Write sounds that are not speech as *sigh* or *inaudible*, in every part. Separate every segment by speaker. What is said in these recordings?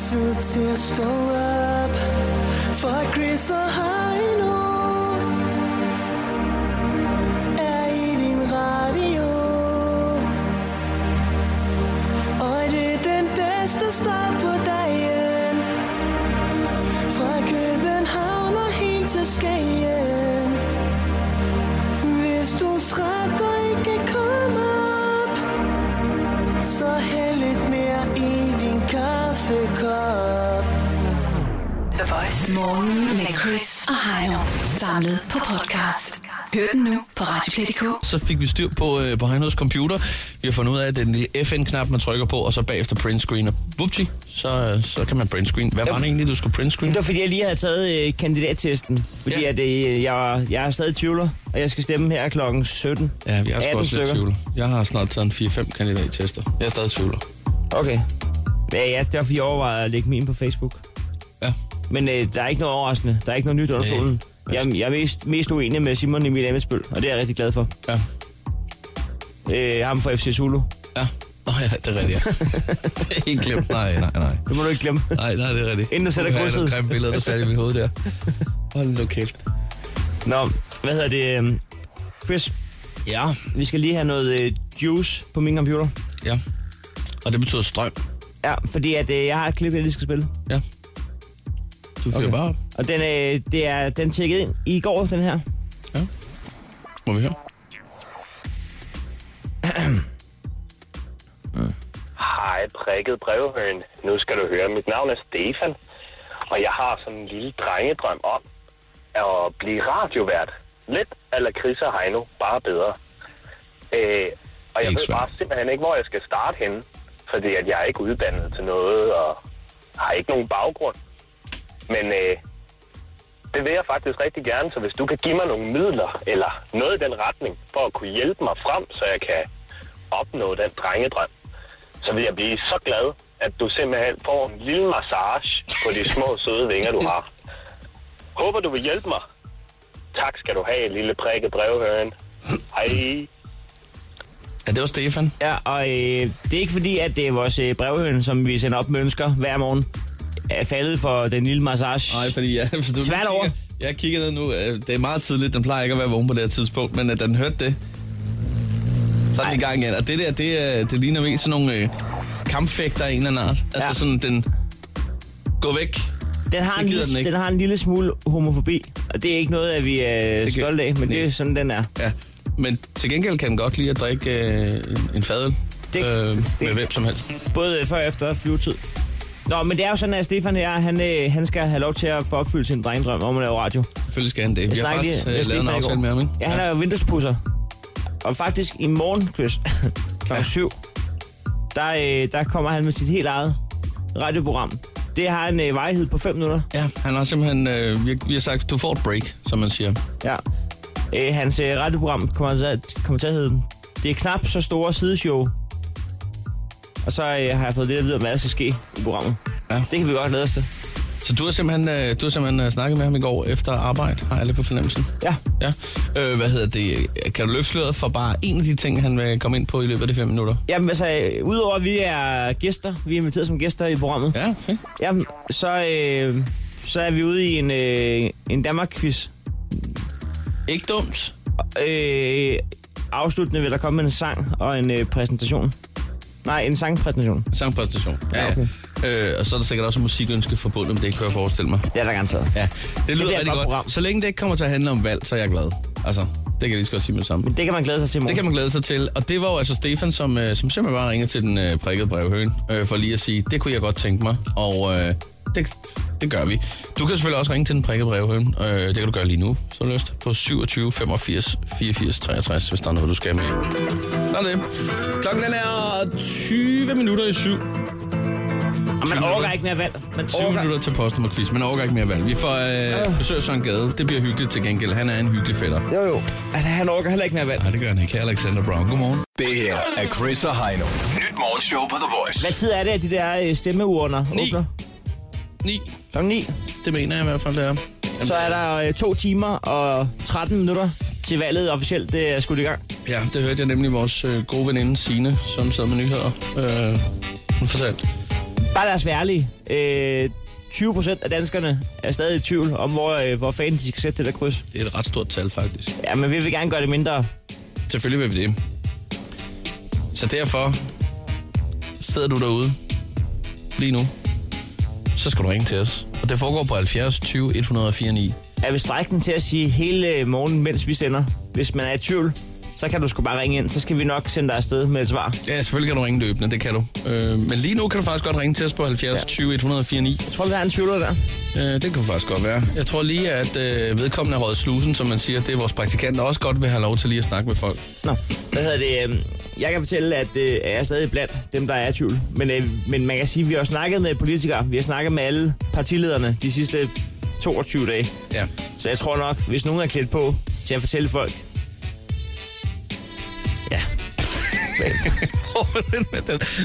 Speaker 1: 次接受 up，for Chris og Heino. Er i din radio. Og det er den bedste start på dagen. Fra København og helt til Skagen. Hvis du er træt og ikke kan komme op, så hæld lidt mere i din kaffekop.
Speaker 2: The Voice. Morgen med Chris og Heino. Samlet på podcast. Hør den nu på Radioplay.dk.
Speaker 3: så fik vi styr på, øh, på Heinos computer. Vi har fundet ud af, at den lille FN-knap, man trykker på, og så bagefter print screen. Og vupti, så, øh, så kan man print screen. Hvad var det egentlig, du skulle print screen?
Speaker 4: Det var fordi, jeg lige havde taget øh, kandidattesten. Fordi
Speaker 3: Ja.
Speaker 4: ja. at, øh, jeg, var- jeg er stadig tvivler, og jeg skal stemme her klokken 17.
Speaker 3: Ja, jeg har sgu
Speaker 4: 18
Speaker 3: også lidt
Speaker 4: stykker.
Speaker 3: tvivl. Jeg har snart taget en 4-5 kandidattester. Jeg er stadig tvivler.
Speaker 4: Okay. Ja, ja, det var fordi, jeg overvejede at lægge min på Facebook.
Speaker 3: Ja.
Speaker 4: Men øh, der er ikke noget overraskende. Der er ikke noget nyt under
Speaker 3: Nej.
Speaker 4: solen.
Speaker 3: Altså-
Speaker 4: Jeg, jeg er mest, mest uenig med Simon Emil Emelsbøl, og det er jeg rigtig glad for.
Speaker 3: Ja.
Speaker 4: Øh, ham fra FC Zulu.
Speaker 3: Ja. Nå ja, det er rigtigt. ja. *laughs* det er helt glemt. Nej, nej, nej.
Speaker 4: Det må du ikke glemme.
Speaker 3: Nej, nej, det er rigtigt.
Speaker 4: Inden du sætter
Speaker 3: Uha,
Speaker 4: krydset.
Speaker 3: Det er et billede, der satte i mit hoved der. Hold nu kæft.
Speaker 4: Nå, hvad hedder det? øhm, Chris,
Speaker 3: Ja.
Speaker 4: vi skal lige have noget øh, juice på min computer.
Speaker 3: Ja. Og det betyder strøm.
Speaker 4: Ja, fordi at, øh, jeg har et klip, jeg lige skal spille.
Speaker 3: Ja. Du fyrer okay.
Speaker 4: Okay.
Speaker 3: bare op.
Speaker 4: Og den, øh, det er, den tjekkede ind i går, den her.
Speaker 3: Må vi høre?
Speaker 5: Hej, prikket brevhøen. Nu skal du høre, mit navn er Stefan, og jeg har sådan en lille drengedrøm om at blive radiovært. Lidt eller Chris og Heino, bare bedre. Øh, og jeg
Speaker 3: Ikke
Speaker 5: ved
Speaker 3: svært.
Speaker 5: bare simpelthen ikke, hvor jeg skal starte henne, fordi at jeg er ikke uddannet til noget, og har ikke nogen baggrund. Men øh, det vil jeg faktisk rigtig gerne, så hvis du kan give mig nogle midler, eller noget i den retning, for at kunne hjælpe mig frem, så jeg kan opnå den drengedrøm, så vil jeg blive så glad, at du simpelthen får en lille massage på de små søde vinger, du har. Håber, du vil hjælpe mig. Tak skal du have, lille prikket brevhøren. Hej.
Speaker 3: Ja, det var Stefan.
Speaker 4: Ja, og øh, det er ikke fordi, at det er vores øh, brevhøn, som vi sender op med ønsker hver morgen, er faldet for den lille massage.
Speaker 3: Nej, fordi jeg, *laughs* hvis du
Speaker 4: Tvært
Speaker 3: kigger-
Speaker 4: over.
Speaker 3: Jeg kigger ned nu. øh, Det er meget tidligt. Den plejer ikke at være vågen på det her tidspunkt, men at den hørte det, så er den i gang igen. Og det der, det, øh, det ligner mest sådan nogle øh, kampfægter af en eller anden art. Altså
Speaker 4: Ja.
Speaker 3: sådan den... Gå væk.
Speaker 4: den, har
Speaker 3: det
Speaker 4: en
Speaker 3: gider
Speaker 4: lille,
Speaker 3: den
Speaker 4: den,
Speaker 3: ikke.
Speaker 4: den har en lille smule homofobi, og det er ikke noget, at vi er øh,
Speaker 3: kan-
Speaker 4: stolte af, men
Speaker 3: Nej.
Speaker 4: det er sådan, den er.
Speaker 3: Ja. Men til gengæld kan den godt lide at drikke øh, en- en fadel
Speaker 4: Det-
Speaker 3: øh, med
Speaker 4: det-
Speaker 3: hvem som helst.
Speaker 4: Både øh, før og efter flyvetid. Nå, men det er jo sådan, at Stefan her, han, øh, han skal have lov til at få opfyldt sin drengedrøm om at lave radio.
Speaker 3: Selvfølgelig skal han det. Vi har
Speaker 4: snakkede
Speaker 3: faktisk
Speaker 4: lige-
Speaker 3: øh,
Speaker 4: jeg
Speaker 3: lavet en
Speaker 4: snakkede i går.
Speaker 3: aftale med ham, ikke?
Speaker 4: Ja, han er jo vinduespusser. Og faktisk i morgen, Chris, *laughs* klokken 7, der, øh, der kommer han med sit helt eget radioprogram. Det har en øh, varighed på 5 minutter.
Speaker 3: Ja, han har simpelthen... Øh, vi, har, vi har sagt, du får et break, som man siger.
Speaker 4: Ja. Øh, hans øh, radioprogram kommer, altså, kommer til at hedde Det er knap så store sideshow. Og så øh, har jeg fået lidt at vide om, hvad der skal ske i programmet.
Speaker 3: Ja.
Speaker 4: Ja. Det kan vi godt glæde os til.
Speaker 3: Så du har simpelthen, øh, du har simpelthen øh, snakket med ham i går efter arbejde, har jeg lidt på fornemmelsen.
Speaker 4: Ja.
Speaker 3: Ja. Øh, hvad hedder det? Kan du løfte sløret for bare en af de ting, han vil komme ind på i løbet af de fem minutter?
Speaker 4: Jamen altså, øh, udover at vi er gæster, vi er inviteret som gæster i programmet,
Speaker 3: Ja, fedt.
Speaker 4: Jamen, så, øh, så er vi ude i en, øh, en Danmark-quiz.
Speaker 3: Ikke dumt.
Speaker 4: Øh, afsluttende vil der komme en sang og en øh, præsentation. Nej, en sangpræsentation.
Speaker 3: Sangpræstation.
Speaker 4: Ja, okay.
Speaker 3: Øh, og så er der sikkert også musikønske forbundet med det, kan jeg forestille mig.
Speaker 4: Det er der garanteret.
Speaker 3: Ja, det lyder
Speaker 4: bliver et
Speaker 3: rigtig
Speaker 4: godt
Speaker 3: godt.
Speaker 4: program.
Speaker 3: Så længe det ikke kommer til at handle om valg, så er jeg glad. Altså, det kan jeg lige så godt sige med det samme.
Speaker 4: Det kan man glæde sig til i morgen.
Speaker 3: Det kan man glæde sig til. Og det var jo altså Stefan, som, øh, som simpelthen bare ringede til den øh, prikkede brevhøen, øh, for lige at sige, det kunne jeg godt tænke mig, og øh, det, det gør vi. Du kan selvfølgelig også ringe til den prikkede brevhøen. Øh, det kan du gøre lige nu, så har du lyst, på 27 85 84 63, hvis der er noget, du skal med. Sådan er det. Klokken den er 20 minutter i syv.
Speaker 4: Og man overgår ikke mere valg. Man
Speaker 3: 20
Speaker 4: overgår...
Speaker 3: minutter til postnummer quiz, men overgår ikke mere valg. Vi får øh, besøg af Søren Gade. Det bliver hyggeligt til gengæld. Han er en hyggelig fætter.
Speaker 4: Jo, jo. Altså, han overgår heller ikke mere valg.
Speaker 3: Nej, det gør han ikke. Alexander Brown, godmorgen.
Speaker 6: Det her er Chris og Heino. Nyt morgenshow på The Voice.
Speaker 4: Hvad tid er det, at de der øh, stemmeurner
Speaker 3: Ni.
Speaker 4: åbner?
Speaker 3: 9.
Speaker 4: Klokken 9.
Speaker 3: Det mener jeg i hvert fald, det er.
Speaker 4: Så er der øh, to timer og 13 minutter til valget officielt. Det er skudt i gang.
Speaker 3: Ja, det hørte jeg nemlig vores øh, gode veninde Sine, som sad med nyheder. Øh, hun fortalte.
Speaker 4: Bare lad os være ærlige. Øh, 20 procent af danskerne er stadig i tvivl om, hvor, øh, hvor fanden de skal sætte det der kryds.
Speaker 3: Det er et ret stort tal, faktisk.
Speaker 4: Ja, men vi vil gerne gøre det mindre.
Speaker 3: Selvfølgelig vil vi det. Så derfor sidder du derude lige nu. Så skal du ringe til os. Og det foregår på 70 20 104 9.
Speaker 4: Er vi strækken til at sige hele morgen, mens vi sender? Hvis man er i tvivl, så kan du sgu bare ringe ind. Så skal vi nok sende dig afsted med et svar.
Speaker 3: Ja, selvfølgelig kan du ringe løbende, det kan du. Øh, men lige nu kan du faktisk godt ringe til os på 70 20 104 9.
Speaker 4: Jeg tror, der er en tvivler der.
Speaker 3: Øh, det kunne faktisk godt være. Jeg tror lige, at øh, vedkommende har røget slusen, som man siger. Det er vores praktikant, der også godt vil have lov til lige at snakke med folk.
Speaker 4: Nå, hvad hedder det? øhm, Jeg kan fortælle, at øh, jeg er stadig blandt dem, der er i tvivl. Men, øh, men man kan sige, at vi har snakket med politikere. Vi har snakket med alle partilederne de sidste 22 dage.
Speaker 3: Ja.
Speaker 4: Så jeg tror nok, hvis nogen er klædt på til at fortælle folk... Ja,
Speaker 3: *laughs*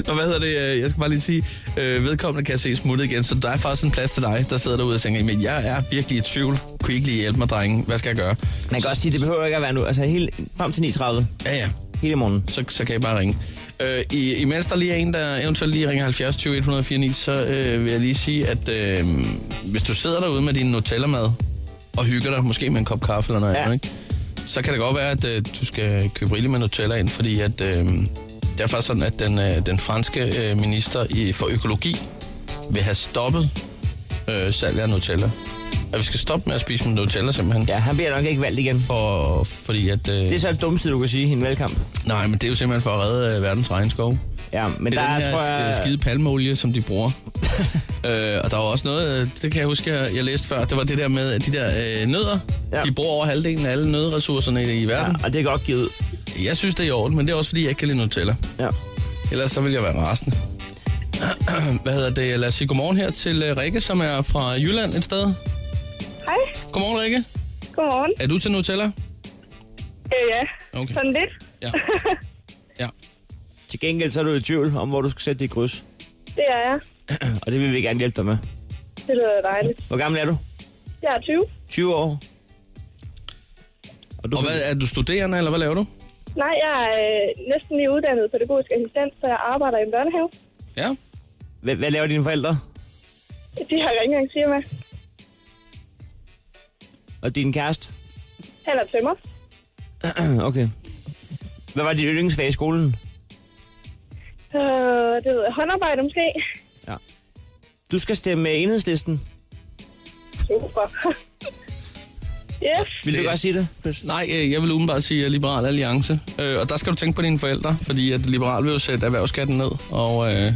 Speaker 3: Nå, hvad hedder det? øh, Jeg skal bare lige sige, øh, vedkommende kan jeg se smuttet igen, så der er faktisk en plads til dig, der sidder derude og tænker, men jeg er virkelig i tvivl. Kunne I ikke lige hjælpe mig, drenge? Hvad skal jeg gøre?
Speaker 4: man kan også sige, at det behøver ikke at være nu. Altså hele, frem til 9.30
Speaker 3: Ja, ja.
Speaker 4: hele morgenen.
Speaker 3: så, så kan I bare ringe. Øh, i, imens der lige er en, der eventuelt lige ringer 70 20 149, så øh, vil jeg lige sige, at øh, hvis du sidder derude med din Nutella-mad og hygger dig, måske med en kop kaffe eller noget
Speaker 4: Ja.
Speaker 3: ja. andet, ikke? så kan det godt være, at øh, du skal købe rigeligt med Nutella ind, fordi at, øh, det er faktisk sådan, at den, øh, den franske øh, minister i, for økologi vil have stoppet øh, salg af Nutella. At vi skal stoppe med at spise med Nutella simpelthen.
Speaker 4: Ja, han bliver nok ikke valgt igen.
Speaker 3: For, fordi at... Øh,
Speaker 4: Det er så det dummeste, du kan sige i en valgkamp.
Speaker 3: Nej, men det er jo simpelthen for at redde øh, verdens regnskov.
Speaker 4: Ja, men
Speaker 3: Det
Speaker 4: der
Speaker 3: er den
Speaker 4: er,
Speaker 3: her
Speaker 4: tror jeg...
Speaker 3: jeg... skide palmeolie, som de
Speaker 4: *laughs*
Speaker 3: bruger. øh, og der var også noget, øh, det kan jeg huske, jeg, jeg læste før, det var det der med at de der øh, nødder.
Speaker 4: Ja.
Speaker 3: Ja. De bruger over halvdelen af alle nødressourcerne i, i
Speaker 4: Ja,
Speaker 3: verden.
Speaker 4: og det er godt givet.
Speaker 3: Ja. Jeg synes, det er i orden, men det er også, fordi jeg ikke kan lide Nutella.
Speaker 4: Ja.
Speaker 3: Ellers så vil jeg være rasende. *clears throat* Hvad hedder det? Lad os sige godmorgen her til øh, Rikke, som er fra Jylland et sted.
Speaker 7: Hej,
Speaker 3: Godmorgen, Rikke.
Speaker 7: godmorgen.
Speaker 3: Er du til Nutella?
Speaker 7: Øh, ja,
Speaker 3: Okay.
Speaker 7: sådan lidt.
Speaker 4: *laughs*
Speaker 3: Ja. ja.
Speaker 4: Til gengæld så er du i tvivl om, hvor du skal sætte dit kryds. *clears throat*
Speaker 7: Det er jeg.
Speaker 4: Og det vil vi gerne hjælpe dig med.
Speaker 7: Det lyder dejligt.
Speaker 4: Hvor gammel er du?
Speaker 7: Jeg er 20.
Speaker 4: 20 år. Og du
Speaker 3: Og
Speaker 4: kan-
Speaker 3: hvad, er du studerende, eller hvad laver du?
Speaker 7: Nej, jeg er øh, næsten lige uddannet pædagogisk assistent, så jeg arbejder i en børnehave.
Speaker 3: Ja.
Speaker 4: hvad, hvad laver dine forældre?
Speaker 7: De har rengøringsfirma.
Speaker 4: Og din kæreste? *clears throat*
Speaker 7: Han er tømmer.
Speaker 4: okay. Hvad var dit yndlingsfag i skolen?
Speaker 7: Øh, det ved jeg. Håndarbejde måske.
Speaker 4: Du skal stemme enhedslisten.
Speaker 7: Super. yes,
Speaker 4: Vil
Speaker 3: Det-
Speaker 4: du godt sige det? Chris?
Speaker 3: Nej, øh, jeg vil umiddelbart sige øh, Liberal Alliance. Øh, Og der skal du tænke på dine forældre, fordi at Liberal vil jo sætte erhvervsskatten ned. Og øh,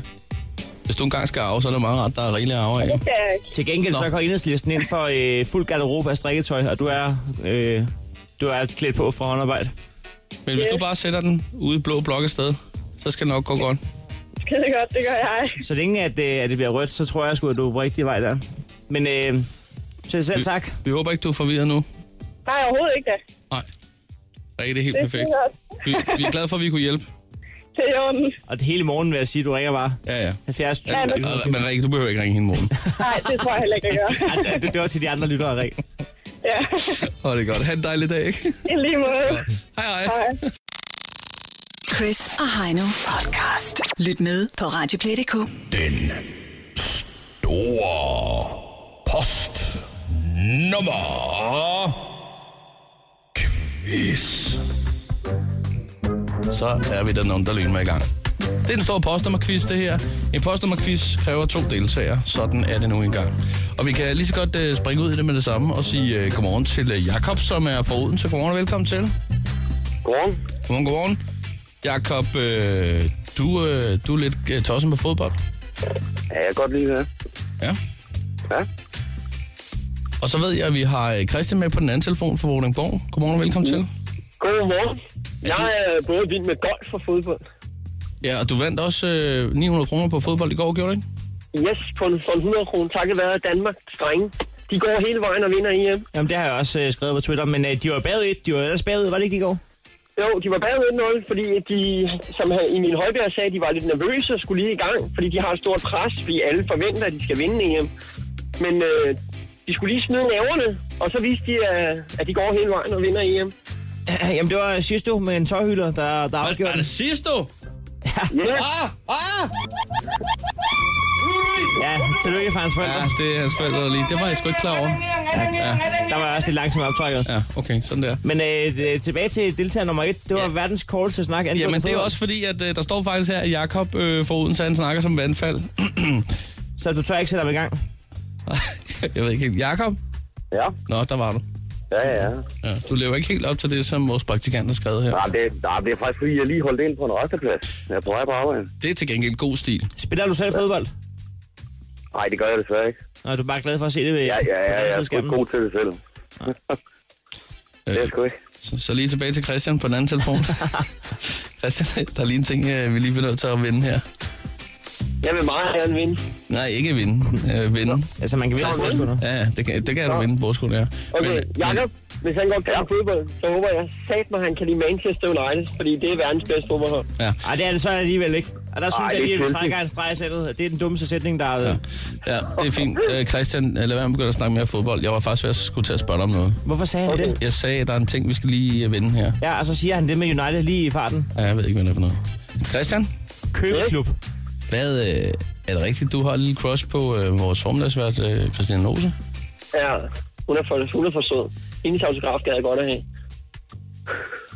Speaker 3: hvis du engang skal arve, så er det meget rart, der er rigeligt arve af.
Speaker 7: det er jeg ikke.
Speaker 4: Til gengæld Nå. så
Speaker 3: Nå.
Speaker 4: går enhedslisten ind for øh, fuld garderobe af strikketøj, og du er, øh, du er klædt på fra håndarbejde.
Speaker 3: Men hvis du bare sætter den ude i blå blok et sted, så skal det nok gå godt.
Speaker 7: Skide godt, det gør jeg.
Speaker 4: Så længe at, øh, at det bliver rødt, så tror jeg sgu, at du er på rigtig vej der. Men øh, så selv tak.
Speaker 3: Vi håber ikke, du er forvirret nu.
Speaker 7: Nej, overhovedet ikke da.
Speaker 3: Nej.
Speaker 7: *laughs*
Speaker 3: Rikke, det er helt
Speaker 7: Det er
Speaker 3: perfekt.
Speaker 7: skide godt.
Speaker 3: Vi, vi er glade for, at vi kunne hjælpe.
Speaker 7: *laughs* Det er i orden.
Speaker 4: Og det hele morgen vil jeg sige, at du ringer bare
Speaker 3: Ja, ja.
Speaker 4: 70 20.
Speaker 7: Ja, men-
Speaker 3: Og- Men Rikke, du behøver ikke ringe hende i morgen.
Speaker 7: Nej, det tror jeg heller ikke, jeg gør.
Speaker 4: Ja, det, det var til de andre lyttere, Rik.
Speaker 7: ja,
Speaker 3: Og det er godt. Ha' en dejlig dag, *laughs* ikke?
Speaker 7: i lige måde.
Speaker 3: Hej, hej.
Speaker 7: Hej.
Speaker 2: Chris og Heino podcast. Lyt med på Radioplay.dk.
Speaker 6: Den store post nummer quiz.
Speaker 3: så er vi den underlige med i gang. Det er den store postnummerquiz, det her. En postnummerquiz kræver to deltagere. Sådan er det nu engang. Og vi kan lige så godt øh, springe ud i det med det samme og sige øh, godmorgen til øh, Jakob, som er fra Odense. Godmorgen og velkommen til.
Speaker 5: Godmorgen.
Speaker 3: Godmorgen, godmorgen. Jakob, øh, du, øh, du er lidt øh, tosset med fodbold.
Speaker 5: Ja, jeg kan godt lide det.
Speaker 3: Ja.
Speaker 5: Ja,
Speaker 3: Og så ved jeg, at vi har øh, Christian med på den anden telefon fra Vordingborg. Godmorgen og velkommen til.
Speaker 5: godmorgen. Jeg er både vild med golf og fodbold.
Speaker 3: Ja, og du vandt også øh, 900 kroner på fodbold i går, gjorde du ikke?
Speaker 5: Yes, på en, på en 100 kroner, takket være Danmark. Drenge, de går hele vejen og vinder EM.
Speaker 4: Jamen, det har jeg også øh, skrevet på Twitter, men øh, de var bagud et, de var ellers bagud, var det ikke i går?
Speaker 5: Jo, de var bagud 1-0, fordi de, som han- Emil Højbjerg sagde, de var lidt nervøse og skulle lige i gang, fordi de har et stort pres, fordi alle forventer, at de skal vinde EM. Men øh, de skulle lige smide næverne, og så viste de, at, at de går hele vejen og vinder EM.
Speaker 4: *clears throat* Jamen, det var Sisto med en tøjhylder, der, der afgjorde
Speaker 3: Ah, sidste?
Speaker 5: Ja,
Speaker 3: Ah! Ah!
Speaker 4: Ja, tillykke for hans forældre.
Speaker 3: Ja, det er hans forældre der lige. Det var jeg sgu ikke klar over.
Speaker 4: Der var også lidt langsomt optrykket.
Speaker 3: Ja, okay, sådan der.
Speaker 4: Men øh, d- tilbage til deltager nummer et. Det var ja. verdens korteste snak. angående
Speaker 3: Jamen, det er
Speaker 4: fodbold.
Speaker 3: også fordi, at øh, der står faktisk her, at Jakob øh, fra Odense, han snakker som vandfald. *clears throat*
Speaker 4: Så du tør ikke sætte ham i gang.
Speaker 3: *laughs* jeg ved ikke helt. Jakob?
Speaker 5: Ja,
Speaker 3: Nå, der var du.
Speaker 5: ja, ja.
Speaker 3: Ja, du lever ikke helt op til det, som vores praktikant har skrevet her.
Speaker 5: Nej, det, nej, det er faktisk fordi, jeg lige holdt ind på en resteplads. Jeg er på vej på arbejde.
Speaker 3: Det er til gengæld god stil.
Speaker 4: Spiller du selv fodbold?
Speaker 5: Nej, det gør jeg desværre ikke.
Speaker 4: Nå, du er bare glad for at se det ved,
Speaker 5: Ja, ja, ja,
Speaker 4: på
Speaker 5: jeg er sgu
Speaker 4: skærmen.
Speaker 5: ikke god til det selv. *laughs* det er jeg sgu ikke.
Speaker 3: Så, så lige tilbage til Christian på den anden
Speaker 5: *laughs*
Speaker 3: telefon. Christian, der er lige en ting, øh, vi lige bliver nødt til at vinde her.
Speaker 5: Jeg vil meget gerne vinde.
Speaker 3: Nej, ikke vinde. Øh, vinde.
Speaker 4: Altså, man kan vinde
Speaker 3: Christian.
Speaker 4: også nu.
Speaker 3: Ja, ja, det kan, det kan du vinde, vores ja.
Speaker 5: øh,
Speaker 8: Okay,
Speaker 3: Men-
Speaker 8: Jakob, hvis han godt kan ja. fodbold, så håber jeg sat mig, han kan lide Manchester United, fordi det er verdens bedste fodboldhold.
Speaker 3: Ja,
Speaker 4: Ej, det er altså- det så alligevel ikke. Og der synes
Speaker 5: Ej,
Speaker 4: Ej, jeg
Speaker 5: det er
Speaker 4: lige, at vi
Speaker 5: kedeligt.
Speaker 4: trækker en streg i sættet. Det er den dummeste sætning, der er...
Speaker 3: ja.
Speaker 4: Ja.
Speaker 3: ja, det er fint. Øh, Christian, øh, lad være med at begynde at snakke mere fodbold. Jeg var faktisk ved at skulle til at spørge dig om noget.
Speaker 4: Hvorfor sagde han det?
Speaker 3: Jeg sagde, at der er en ting, vi skal lige øh, vinde her.
Speaker 4: Ja, og så siger han det med United lige i farten.
Speaker 3: Ja, jeg ved ikke, hvad det er for noget. Christian,
Speaker 4: Købeklub.
Speaker 3: hvad, øh, er det rigtigt, du har en lille crush på øh, vores formiddagsvært, øh, Christian Lose?
Speaker 8: Ja, hun er for, hun er for sød. Hendes autograf gad jeg godt at have.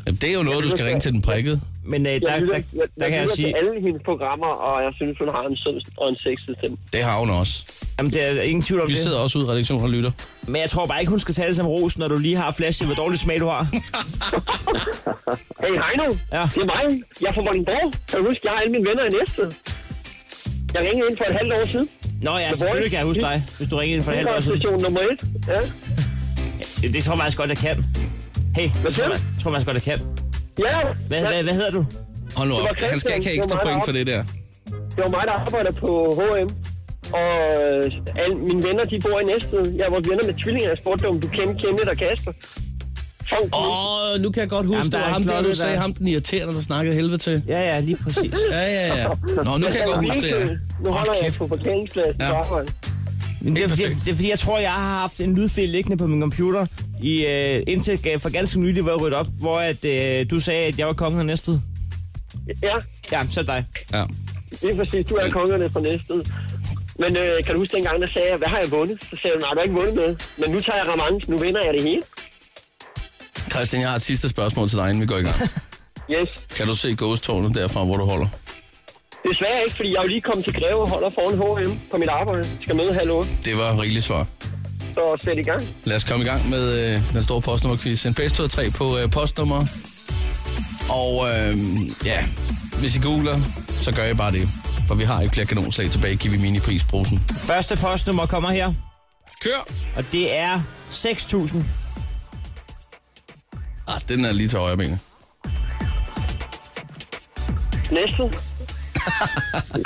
Speaker 3: Jamen, det er jo noget, du skal ringe til den prikkede.
Speaker 4: Men øh, der,
Speaker 8: Jeg
Speaker 4: der,
Speaker 8: lytter,
Speaker 4: der,
Speaker 8: jeg,
Speaker 4: der
Speaker 8: jeg
Speaker 4: kan jeg
Speaker 8: lytter
Speaker 4: sige...
Speaker 8: til alle hendes programmer, og jeg synes, hun har en sød og en sexet stemme.
Speaker 3: Det har hun også.
Speaker 4: Jamen, der er ingen tvivl om
Speaker 3: Vi
Speaker 4: det.
Speaker 3: sidder også ude i redaktionen og lytter.
Speaker 4: Men jeg tror bare ikke, hun skal tage det som ros, når du lige har flashet, hvor dårlig smag du
Speaker 5: *laughs*
Speaker 4: har.
Speaker 8: Hey, hej nu.
Speaker 4: Ja.
Speaker 8: Det er mig. Jeg er fra Vordingborg. Kan du huske, jeg har alle mine venner i Næstved. Jeg ringede ind for et halvt år siden.
Speaker 4: Nå ja, selvfølgelig kan jeg huske dig, hvis du ringede ind for et halvt år siden.
Speaker 8: station nummer et. Ja.
Speaker 4: Det, det tror jeg faktisk godt, jeg kan. Hey, det tror
Speaker 8: siger du?
Speaker 4: jeg, tror jeg faktisk godt, jeg kan.
Speaker 8: ja.
Speaker 4: Hvad,
Speaker 8: ja.
Speaker 4: hvad, hvad hedder du?
Speaker 3: Hold nu
Speaker 8: Det var
Speaker 3: op, han skal
Speaker 8: Christian.
Speaker 3: ikke have
Speaker 8: Det var mig,
Speaker 3: ekstra
Speaker 8: der
Speaker 3: point for det der.
Speaker 8: Det var mig, der arbejder på H&M. Og øh, alle mine venner, de bor i Næstved. Jeg var venner med tvillingerne i sportdom. Du kender Kenneth og Kasper. Fuck,
Speaker 3: Åh, oh, nu kan jeg godt huske,
Speaker 4: Jamen,
Speaker 3: Jamen,
Speaker 4: der er
Speaker 3: det var ham
Speaker 4: en
Speaker 3: der,
Speaker 4: klokke,
Speaker 3: du
Speaker 4: der-
Speaker 3: sagde, ham den irriterende, der snakkede helvede til.
Speaker 4: Ja, ja, lige præcis.
Speaker 3: *laughs* Ja, ja, ja. Nå, nu kan jeg godt huske det. her.
Speaker 8: Nu
Speaker 3: Åh,
Speaker 8: holder jeg
Speaker 3: kæft.
Speaker 8: på parkeringspladsen.
Speaker 3: Ja.
Speaker 8: på arbejde.
Speaker 4: Men det, er,
Speaker 3: Helt
Speaker 4: fordi,
Speaker 3: perfekt.
Speaker 4: det er fordi, jeg tror, jeg har haft en lydfil liggende på min computer, i, øh, indtil øh, for ganske nylig var jeg ryddet op, hvor at, øh, du sagde, at jeg var kongen af Næstved.
Speaker 8: Ja,
Speaker 4: Ja, så er det dig.
Speaker 3: Ja.
Speaker 8: lige præcis. Du er kongerne fra Næstved. Men øh, kan du huske dengang, der sagde jeg, hvad har jeg vundet? Så sagde du, nej, du har ikke vundet noget. Men nu tager jeg revanche, nu vinder jeg det hele.
Speaker 3: Christian, jeg har et sidste spørgsmål til dig, inden vi går i
Speaker 4: *laughs*
Speaker 3: gang.
Speaker 8: Yes.
Speaker 3: Kan du se ghost-tårnet derfra, hvor du holder?
Speaker 8: Desværre ikke, fordi jeg er jo lige kommet til Greve og holder foran H&M på mit arbejde. Skal møde halv otte,
Speaker 3: Det var rigeligt svar.
Speaker 8: så sæt i gang.
Speaker 3: Lad os komme i gang med øh, den store postnummerquiz. En bedst ud af tre på øh, postnummer. Og øh, ja, hvis I googler, så gør I bare det. For vi har ikke flere kanonslag tilbage i Kiwi Mini prisbrusen.
Speaker 4: Første postnummer kommer her,
Speaker 3: Kør!
Speaker 4: og det er
Speaker 3: *laughs*
Speaker 4: 6.000.
Speaker 3: Ah, den er lige til højre benet.
Speaker 8: Næste.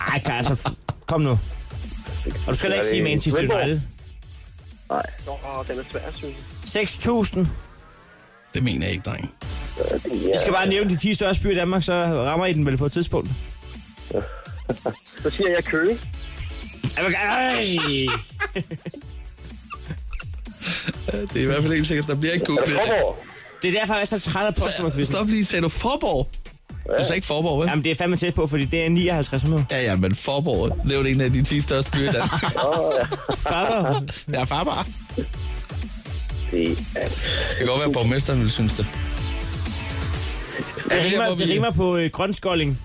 Speaker 4: Ej, kan altså, f- kom nu. Og du skal da ikke sige Manchester United.
Speaker 5: Nej,
Speaker 8: Åh, den er svær, synes jeg.
Speaker 4: 6.000.
Speaker 3: Det mener jeg ikke, dreng.
Speaker 4: Jeg skal bare nævne de 10 største byer i Danmark, så rammer I den vel på et tidspunkt.
Speaker 8: Så siger jeg Køge.
Speaker 4: Ej,
Speaker 3: Det er i hvert fald helt sikkert, der bliver ikke googlet.
Speaker 5: Forborg.
Speaker 4: det er derfor, jeg er så træt af postnummerkvisten.
Speaker 3: Stop lige, sagde du Forborg? Du sagde ikke Forborg, vel?
Speaker 4: Jamen, det er fandme tæt på, fordi det er 59 minutter.
Speaker 3: Ja, ja, men Forborg, det er jo en af de 10 største byer i Danmark.
Speaker 4: Faber.
Speaker 3: Ja, farbar.
Speaker 5: Det er...
Speaker 3: Det kan godt være, at borgmesteren ville synes det.
Speaker 4: Det
Speaker 3: Er der,
Speaker 4: rimer,
Speaker 3: hvor vi-
Speaker 4: det rimer på øh, grønskolding.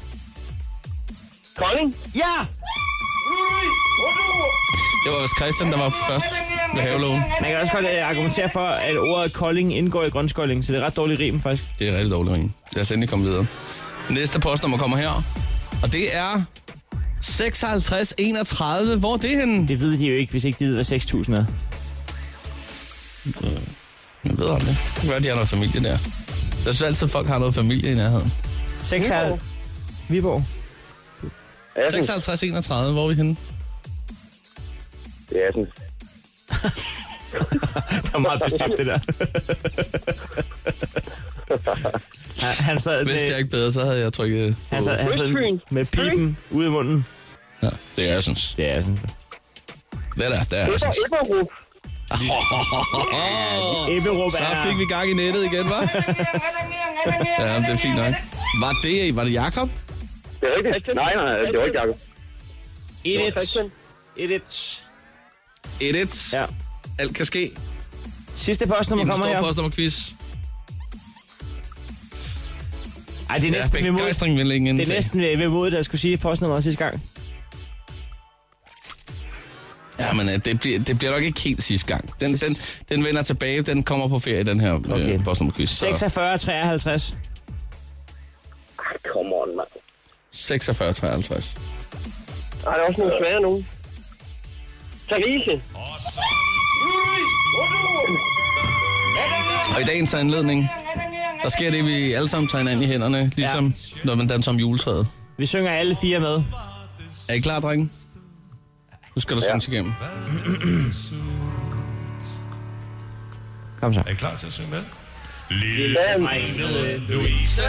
Speaker 8: Kolding.
Speaker 4: Ja!
Speaker 3: Det var også Christian, der var først ved haveloven.
Speaker 4: Man kan også godt øh, argumentere for, at ordet kolding indgår i grønskolding, så det er ret dårlig rim, faktisk.
Speaker 3: Det er rigtig dårligt ring. Lad os endelig komme videre. Næste postnummer kommer her. Og det er 5631. Hvor er det henne?
Speaker 4: Det ved de jo ikke, hvis ikke de ved, hvad 6.000 er.
Speaker 3: Mm. Jeg ved om det. Det kan være, de har noget familie der. Jeg synes altid, folk har noget familie i nærheden.
Speaker 4: 6 er... Viborg.
Speaker 3: 5631. Hvor er vi
Speaker 4: *laughs*
Speaker 3: henne?
Speaker 5: Det er sådan.
Speaker 4: Det var meget bestemt, det der. Han- han sad,
Speaker 3: Hvis jeg
Speaker 4: med,
Speaker 3: ikke bedre, så havde jeg trykket... på-
Speaker 4: han sad, han sad
Speaker 8: Østfyn.
Speaker 4: med pipen ude i munden.
Speaker 3: Ja, det er jeg synes.
Speaker 4: Det er sådan.
Speaker 3: Det er der, det er jeg synes.
Speaker 8: Ebberup.
Speaker 3: *laughs*
Speaker 4: Ebberup
Speaker 3: Så
Speaker 4: er...
Speaker 3: fik vi gang i nettet igen, hva'? *clears throat* ja, men det er fint nok. Var det, var det Jacob?
Speaker 5: Det er rigtigt. Nej, nej, det var ikke Jacob.
Speaker 8: Det var Christian.
Speaker 4: Et, et.
Speaker 3: Et et.
Speaker 4: Ja.
Speaker 3: Alt kan ske.
Speaker 4: Sidste postnummer
Speaker 3: I den
Speaker 4: kommer
Speaker 3: store
Speaker 4: her.
Speaker 3: postnummerquiz.
Speaker 4: Ej, det er
Speaker 3: Ja,
Speaker 4: næsten ja, ved mod.
Speaker 3: begejstring vil ikke
Speaker 4: Det er
Speaker 3: indtage.
Speaker 4: næsten ved ved mod, der skulle sige postnummeret sidste gang.
Speaker 3: Ja, men øh, det bliver, det bliver nok ikke helt sidste gang. Den, den, den vender tilbage. Den kommer på ferie, den her okay.
Speaker 4: Okay.
Speaker 3: øh, postnummerquiz. Så
Speaker 4: 46, 53.
Speaker 5: Ej, come on, mand.
Speaker 3: 46, 53.
Speaker 8: Ej, der er også nogle svære nogen. Therese.
Speaker 3: Og i dagens anledning, der sker det, vi alle sammen tager hinanden i hænderne. Ligesom når man danser om juletræet.
Speaker 4: Vi synger alle fire med.
Speaker 3: Er I klar, drenge? Nu skal der ja. synges igennem.
Speaker 4: Kom så.
Speaker 9: Er I klar til at synge med? Lille
Speaker 8: Dan.
Speaker 9: drengede Louise
Speaker 8: Lise.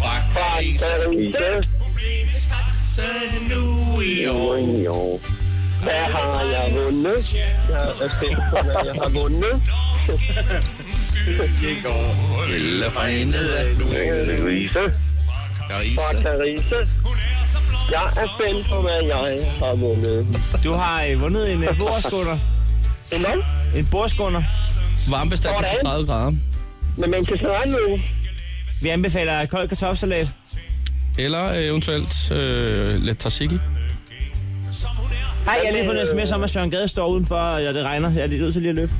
Speaker 9: fra Paris,
Speaker 8: Lise.
Speaker 9: hun blev vist fakset nu i år.
Speaker 8: Jo. Hvad har jeg vundet? Jeg er spændt på, hvad jeg har vundet.
Speaker 3: Lille forenede Louise
Speaker 8: Louise. Fra
Speaker 3: Garisa.
Speaker 8: Therese. Jeg er spændt på, hvad jeg har vundet.
Speaker 4: Du har øh, vundet en øh, bordskunder.
Speaker 8: En mand?
Speaker 4: En bordskunder.
Speaker 3: Varmebestand på 30 grader.
Speaker 8: Men man kan snakke nu.
Speaker 4: Vi anbefaler kold kartoffelsalat.
Speaker 3: Eller øh, eventuelt øh, lidt tzatziki.
Speaker 4: Hej, jeg har lige fundet en sms om, at Søren Gade står udenfor, og det regner. Jeg er lige nødt til lige at løbe.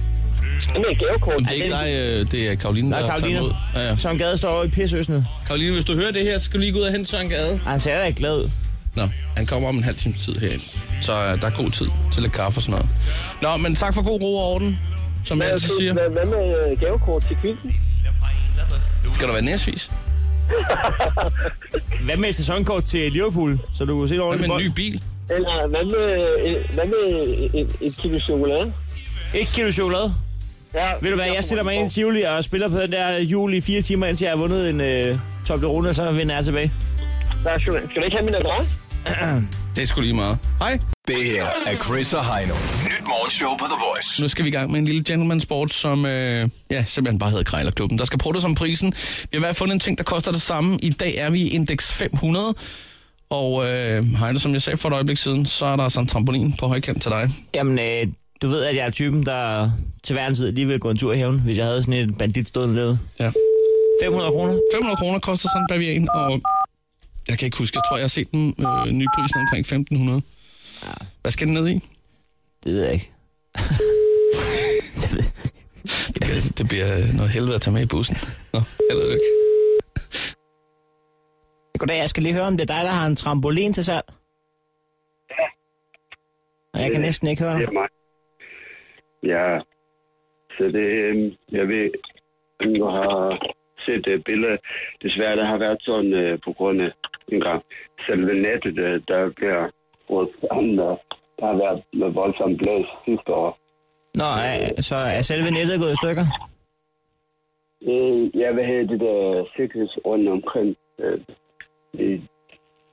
Speaker 8: Men et gavekort.
Speaker 3: Det er ikke dig, øh, det er Karoline,
Speaker 4: Nej,
Speaker 3: der tager
Speaker 4: Karoline.
Speaker 3: imod. Ja, ja.
Speaker 4: Søren Gade står over i pisseøsnet.
Speaker 3: Karoline, hvis du hører det her, så skal du lige gå ud og hente Søren Gade.
Speaker 4: Ej, Han ser da ikke glad ud.
Speaker 3: Nå, han kommer om en halv times tid herind. Så øh, der er god tid til lidt kaffe og sådan noget. Nå, men tak for god ro og orden, som jeg
Speaker 8: Hvad,
Speaker 3: altid siger.
Speaker 8: hvad, hvad med øh, gavekort til kvisten?
Speaker 3: Skal der være næsvis?
Speaker 4: *laughs* Hvad med et sæsonkort til Liverpool, så du kan se
Speaker 3: Hvad
Speaker 4: over
Speaker 3: med en ny bil?
Speaker 8: Eller hvad med, øh, hvad med et, et kilo chokolade?
Speaker 4: Et kilo chokolade.
Speaker 8: Ja,
Speaker 4: Ved du hvad, jeg stiller mig ind i Tivoli og spiller på den der jul i fire timer, indtil jeg har vundet en øh, Toblerone, og så vinder jeg tilbage.
Speaker 8: Nej, Skal du- skal du ikke have min adresse?
Speaker 3: Det er sgu lige meget. Hej.
Speaker 6: Det her er Chris og Heino. Nyt morgenshow på The Voice.
Speaker 3: Nu skal vi i gang med en lille gentleman sport, som øh, ja, simpelthen bare hedder Krejlerklubben. Der skal prutte som prisen. Vi har i hvert fald fundet en ting, der koster det samme. I dag er vi i indeks 500. Og øh, Heine, som jeg sagde for et øjeblik siden, så er der altså en trampolin på højkant til dig.
Speaker 4: Jamen, øh, du ved, at jeg er typen, der til hver en tid lige ville gå en tur i haven, hvis jeg havde sådan en bandit stående derude.
Speaker 3: Ja.
Speaker 4: 500 kroner.
Speaker 3: 500 kroner koster sådan en bavian, og jeg kan ikke huske, jeg tror, jeg har set den øh, nye pris omkring 1500. Hvad skal den ned i?
Speaker 4: Det ved jeg
Speaker 3: *laughs*
Speaker 4: ikke.
Speaker 3: Jeg ved, det bliver øh, noget helvede at tage med i bussen. Nå, held og lykke.
Speaker 4: Goddag, jeg skal lige høre, om det er dig, der har en trampolin til salg? Ja. Jeg kan næsten ikke høre dig.
Speaker 10: mig. Ja, så det, øh, jeg ved, om du har set et billede. Desværre, der har været sådan øh, på grund af en gang selve nettet, øh, der bliver brugt sammen, og der har været med voldsom blæs sidste år.
Speaker 4: Nå, er, så er selve nettet gået i stykker?
Speaker 10: Øh, jeg vil have det der sikkerheds rundt omkring. Øh, det,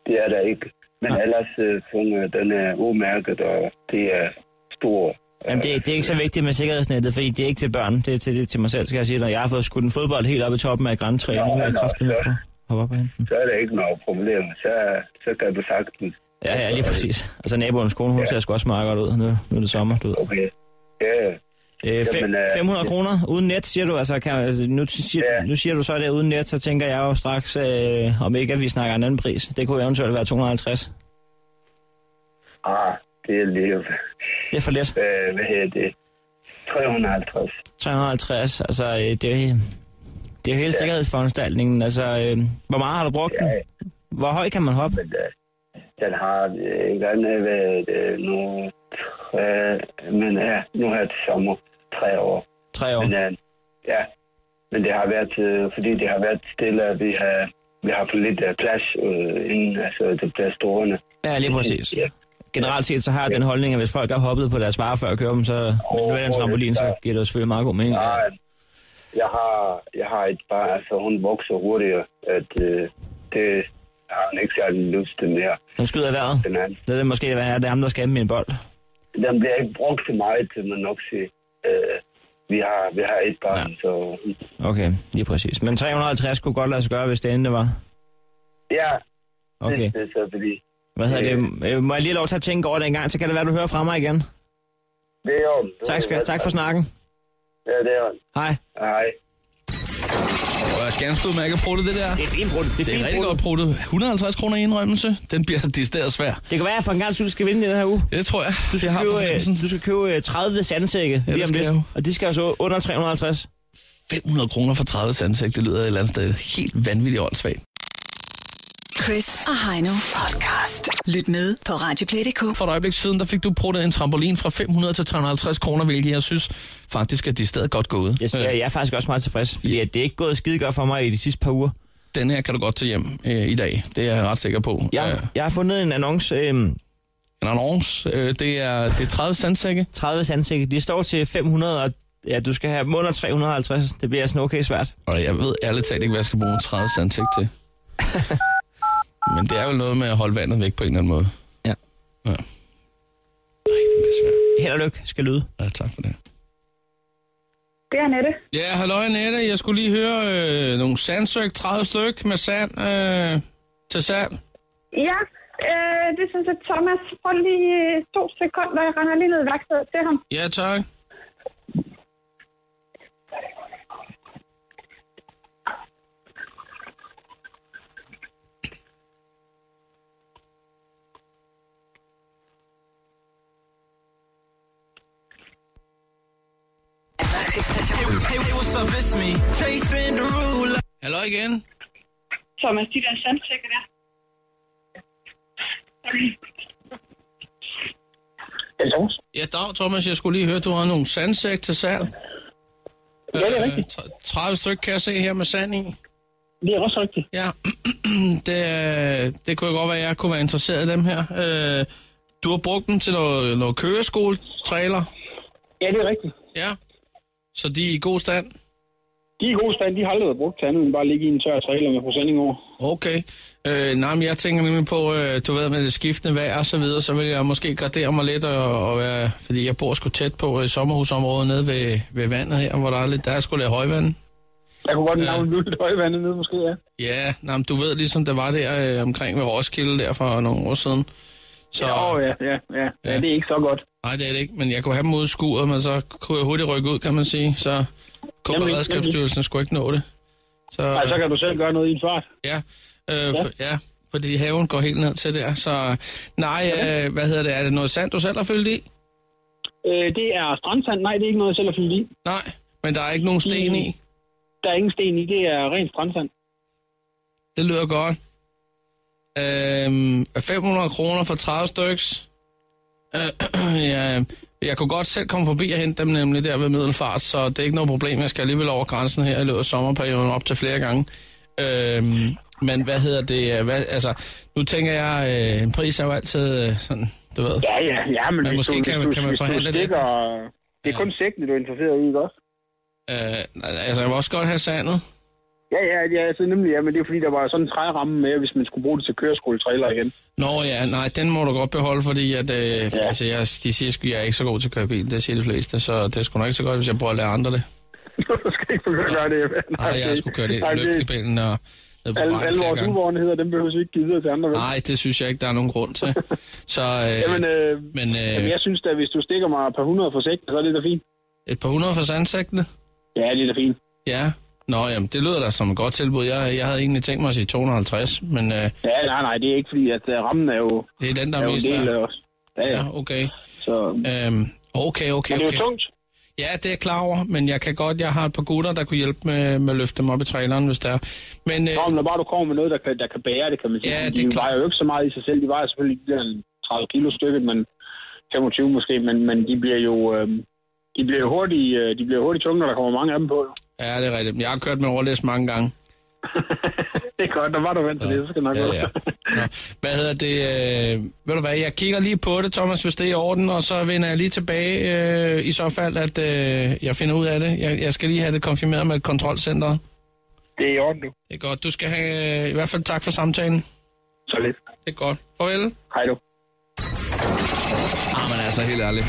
Speaker 10: det er der ikke. Men
Speaker 4: Nej.
Speaker 10: ellers øh, fungerer den er umærket, og det er stor.
Speaker 4: Jamen, det, det er ikke så vigtigt med sikkerhedsnettet, fordi det er ikke til børn. Det er til, det er til mig selv, skal jeg sige dig. Jeg har fået skudt en fodbold helt op i toppen af græntræet. Nu er jeg kraftigt med på. Hop op og hente den.
Speaker 10: Så er der ikke noget problem. Så, så kan du sagtens
Speaker 4: Ja, ja, lige præcis. Altså naboens kone, hun ser sgu også meget godt ud. Nu, nu er det sommer, du ved.
Speaker 10: Okay. Ja,
Speaker 4: Øh, fem,
Speaker 10: Jamen, øh,
Speaker 4: 500 kroner uden net, siger du. Altså, kan, altså nu, siger,
Speaker 10: Ja.
Speaker 4: nu siger du så det uden net, så tænker jeg jo straks, øh, om ikke at vi snakker en anden pris. Det kunne eventuelt være 250.
Speaker 10: ah, det er lige,
Speaker 4: Det er for lidt.
Speaker 10: øh, hvad hedder det, 350.
Speaker 4: 350, altså øh, det, er, det er jo hele ja. sikkerhedsforanstaltningen. Altså, øh, hvor meget har du brugt den?
Speaker 10: Ja.
Speaker 4: Hvor høj kan man hoppe?
Speaker 10: Men øh, den har øh, engang været øh, nu, tre, men ja, nu her til sommer, tre år.
Speaker 4: Tre år.
Speaker 10: Men, øh, ja, men det har været, øh, fordi det har været stille, at vi har, vi har for lidt øh, plads øh, inden, altså det bliver stående.
Speaker 4: Ja, lige præcis.
Speaker 10: *laughs* Ja.
Speaker 4: Generelt set så har jeg den holdning, at hvis folk har hoppet på deres varer før at køre dem, så men nu er det en trampolin, så giver det jo selvfølgelig meget god mening.
Speaker 10: Nej, jeg har, jeg har et barn, altså hun vokser hurtigere, at øh, det har hun ikke særlig lyst til mere.
Speaker 4: Nu skyder jeg vejret.
Speaker 10: Den anden.
Speaker 4: Det er det måske, hvad er det ham, der skal med en bold.
Speaker 10: Den bliver ikke brugt så meget, til man nok sige. Øh, vi, har, vi har et barn, ja. så
Speaker 4: Okay, lige præcis. Men 350 kunne godt lade sig gøre, hvis det endelig var.
Speaker 10: ja,
Speaker 4: Okay.
Speaker 10: det, det er så fordi,
Speaker 4: Hvad hedder det? Øh, Må jeg lige have lov til at tænke over det en gang, så kan det være, du hører fra mig igen.
Speaker 10: Det er jo.
Speaker 4: Tak, skal, tak for snakken.
Speaker 10: Ja, det er jo.
Speaker 4: Hej.
Speaker 10: Hej.
Speaker 3: Og et ganske udmærket pruttet, det der.
Speaker 4: Det er fint bruttet. Det er,
Speaker 3: Det er
Speaker 4: fint
Speaker 3: rigtig godt
Speaker 4: bruttet.
Speaker 3: pruttet. 150 kroner i indrømmelse. Den bliver decideret svær.
Speaker 4: Det kan være, at for en gang skyld skal vinde i den her uge.
Speaker 3: Det tror jeg.
Speaker 4: uh. Du skal,
Speaker 3: jeg har på
Speaker 4: købe,
Speaker 3: fornemmelsen.
Speaker 4: øh, du skal købe øh, 30 sandsække
Speaker 3: Ja,
Speaker 4: ja,
Speaker 3: det
Speaker 4: lige om
Speaker 3: skal jeg jo.
Speaker 4: lidt. Og de skal altså under 350.
Speaker 3: 500 kroner for 30 sandsæk, det lyder et eller andet sted helt vanvittigt åndssvagt.
Speaker 2: Chris og Heino podcast. Lyt med på Radioplay.dk.
Speaker 3: For et øjeblik siden, der fik du pruttet en trampolin fra 500 til 350 kroner, hvilket jeg synes faktisk, at det er stadig godt gået. Øh.
Speaker 4: Jeg, jeg, jeg er faktisk også meget tilfreds, fordi at det er ikke gået skide godt for mig i de sidste par uger.
Speaker 3: Den her kan du godt tage hjem øh, i dag, det er jeg ret sikker på.
Speaker 4: Jeg,
Speaker 3: Øh,
Speaker 4: jeg har fundet en annonce. Øh,
Speaker 3: en annonce, øh, det, er, det er 30 sandsække.
Speaker 4: 30 sandsække. De står til 500, og ja, du skal have dem under 350. Det bliver sådan okay svært.
Speaker 3: Og jeg ved ærligt talt ikke, hvad jeg skal bruge 30 sandsæk
Speaker 4: *laughs*
Speaker 3: til. Men det er vel noget med at holde vandet væk på en eller anden måde.
Speaker 4: Ja.
Speaker 3: ja. Nej, det bliver svært.
Speaker 4: Held og lykke skal lyde.
Speaker 3: Ja, tak for det.
Speaker 7: Det er Nette.
Speaker 3: Ja, hallo Annette. Jeg skulle lige høre øh, nogle sandsøg, 30 styk med sand øh, til salg.
Speaker 7: Ja, øh, det synes jeg, Thomas. Prøv lige øh, to sekunder, jeg render lige ned i værkstedet til ham.
Speaker 3: Ja, tak. Hallo igen.
Speaker 7: Thomas, de der sandsække der.
Speaker 8: Hallo?
Speaker 3: Ja, dag Thomas. Jeg skulle lige høre, du har nogle sandsæk til salg.
Speaker 8: Ja, det er
Speaker 3: Øh,
Speaker 8: rigtigt.
Speaker 3: tre- 30 styk kan jeg se her med sand i.
Speaker 8: Det er også rigtigt.
Speaker 3: Ja, *clears throat* det, det kunne jo godt være, at jeg kunne være interesseret i dem her. Øh, du har brugt dem til noget, noget køreskoletræler.
Speaker 8: Ja, det er rigtigt.
Speaker 3: Ja. Så de er i god stand?
Speaker 8: De er i god stand. De har aldrig været brugt til andet end bare at ligge i en tør trailer med procentning over.
Speaker 3: Okay. Øh, nej, men jeg tænker nemlig på, øh, du ved, med det skiftende vejr og så videre, så vil jeg måske gradere mig lidt, og, og være, fordi jeg bor sgu tæt på øh, sommerhusområdet nede ved, ved vandet her, hvor der er lidt, der er sgu lidt højvand.
Speaker 8: Jeg kunne godt navne nu lidt højvandet nede måske, ja.
Speaker 3: Ja, nej, men du ved ligesom, det var der øh, omkring ved Roskilde der for nogle år siden. Så,
Speaker 8: Åh, oh, ja, ja, ja, ja. det er ikke så godt.
Speaker 3: Nej, det er det ikke, men jeg kunne have dem ude i skuret, men så kunne jeg hurtigt rykke ud, kan man sige. Så kunne
Speaker 8: Nemlig,
Speaker 3: beredskabsstyrelsen skulle ikke nå det. Så, øh,
Speaker 8: Nej, så kan du selv gøre noget i en fart.
Speaker 3: Ja, øh, for, ja, fordi haven går helt ned til der. Så nej, øh, hvad hedder det? Er det noget sand, du selv har fyldt i?
Speaker 8: Øh, det er strandsand. Nej, det er ikke noget, jeg selv har fyldt i. Mm.
Speaker 3: Nej, men der er ikke nogen sten i.
Speaker 8: Der er ingen sten i. Det er rent strandsand.
Speaker 3: Det lyder godt. Øh, 500 kroner for 30 styks. Øh, *clears throat* ja, jeg kunne godt selv komme forbi og hente dem nemlig der ved Middelfart, så det er ikke noget problem. Jeg skal alligevel over grænsen her i løbet af sommerperioden op til flere gange. Øhm, men hvad hedder det? øh, Hvad, altså, nu tænker jeg, øh, en pris er jo altid øh, sådan, du ved.
Speaker 8: Ja, ja, ja, men,
Speaker 3: Men
Speaker 8: hvis
Speaker 3: måske
Speaker 8: du,
Speaker 3: kan-
Speaker 8: hvis du,
Speaker 3: kan man
Speaker 8: hvis du
Speaker 3: forhandle lidt.
Speaker 8: stikker, *laughs* Det er kun sækkene, du er interesseret i, ikke også?
Speaker 3: Øh, altså, jeg vil også godt have sandet.
Speaker 8: Ja, ja, ja, altså nemlig, ja, men det er fordi, der var sådan en træramme med, hvis man skulle bruge det til køreskoletrailer igen.
Speaker 3: Nå ja, nej, den må du godt beholde, fordi at, øh, ja. altså, jeg, de siger, sgu, jeg er ikke så god til at køre bil, det siger de fleste, så det er sgu nok ikke så godt, hvis jeg prøver at lære andre det.
Speaker 8: du skal ikke begynde at gøre det.
Speaker 3: Nej, jeg har sgu kørt
Speaker 8: Nej,
Speaker 3: i lygtebilen og ned på
Speaker 8: Alle,
Speaker 3: vejen
Speaker 8: alle
Speaker 3: flere
Speaker 8: vores
Speaker 3: gange.
Speaker 8: uvorenheder, dem behøver vi ikke give videre til andre. vel?
Speaker 3: Nej, det synes jeg ikke, der er nogen grund
Speaker 8: *laughs*
Speaker 3: til. Så, øh,
Speaker 8: Jamen, øh,
Speaker 3: men øh,
Speaker 8: jamen, jeg synes da, hvis du stikker mig et par hundrede for sækken, så er det da fint.
Speaker 3: et par hundrede for sandsækkene?
Speaker 8: Ja, det er da fint.
Speaker 3: Ja. Nå, jamen, det lyder da som et godt tilbud. Jeg, jeg havde egentlig tænkt mig at sige 250, men øh,
Speaker 8: Ja, nej, nej, det er ikke fordi, at øh, rammen er jo,
Speaker 3: det er den, der
Speaker 8: er
Speaker 3: er
Speaker 8: jo en
Speaker 3: mest
Speaker 8: del af
Speaker 3: værd.
Speaker 8: os. Ja, ja.
Speaker 3: Ja, okay.
Speaker 8: Så,
Speaker 3: Øhm, okay, okay,
Speaker 8: men det er
Speaker 3: okay.
Speaker 8: jo tungt.
Speaker 3: Ja, det er jeg klar over, men jeg kan godt, jeg har et par gutter, der kunne hjælpe med, med at løfte dem op i traileren, hvis der er. Men øh,
Speaker 8: Nå, men når bare du kommer med noget, der kan, der kan bære det, kan man sige.
Speaker 3: Ja, det
Speaker 8: de
Speaker 3: er klart.
Speaker 8: vejer jo ikke så meget i sig selv. De vejer selvfølgelig de der 30 kilo stykket, men 25 måske, men, men de bliver jo... Øh, de bliver jo hurtigt, øh, de bliver hurtigt tunge, når der kommer mange af dem på.
Speaker 3: ja, det er rigtigt. Jeg har kørt med overlæs mange gange.
Speaker 8: Det er godt, når var du vant til det, så skal det nok
Speaker 3: Ja,
Speaker 8: være.
Speaker 3: ja. Nå, hvad hedder det? Øh, ved du hvad, jeg kigger lige på det, Thomas, hvis det er i orden, og så vender jeg lige tilbage øh, i så fald, at øh, jeg finder ud af det. Jeg, jeg skal lige have det konfirmeret med kontrolcenteret.
Speaker 8: Det er i orden, du.
Speaker 3: Det er godt. Du skal have, øh, i hvert fald tak for samtalen.
Speaker 8: Så lidt.
Speaker 3: Det er godt. Farvel.
Speaker 8: Hej du.
Speaker 3: Ah, men altså, helt ærligt.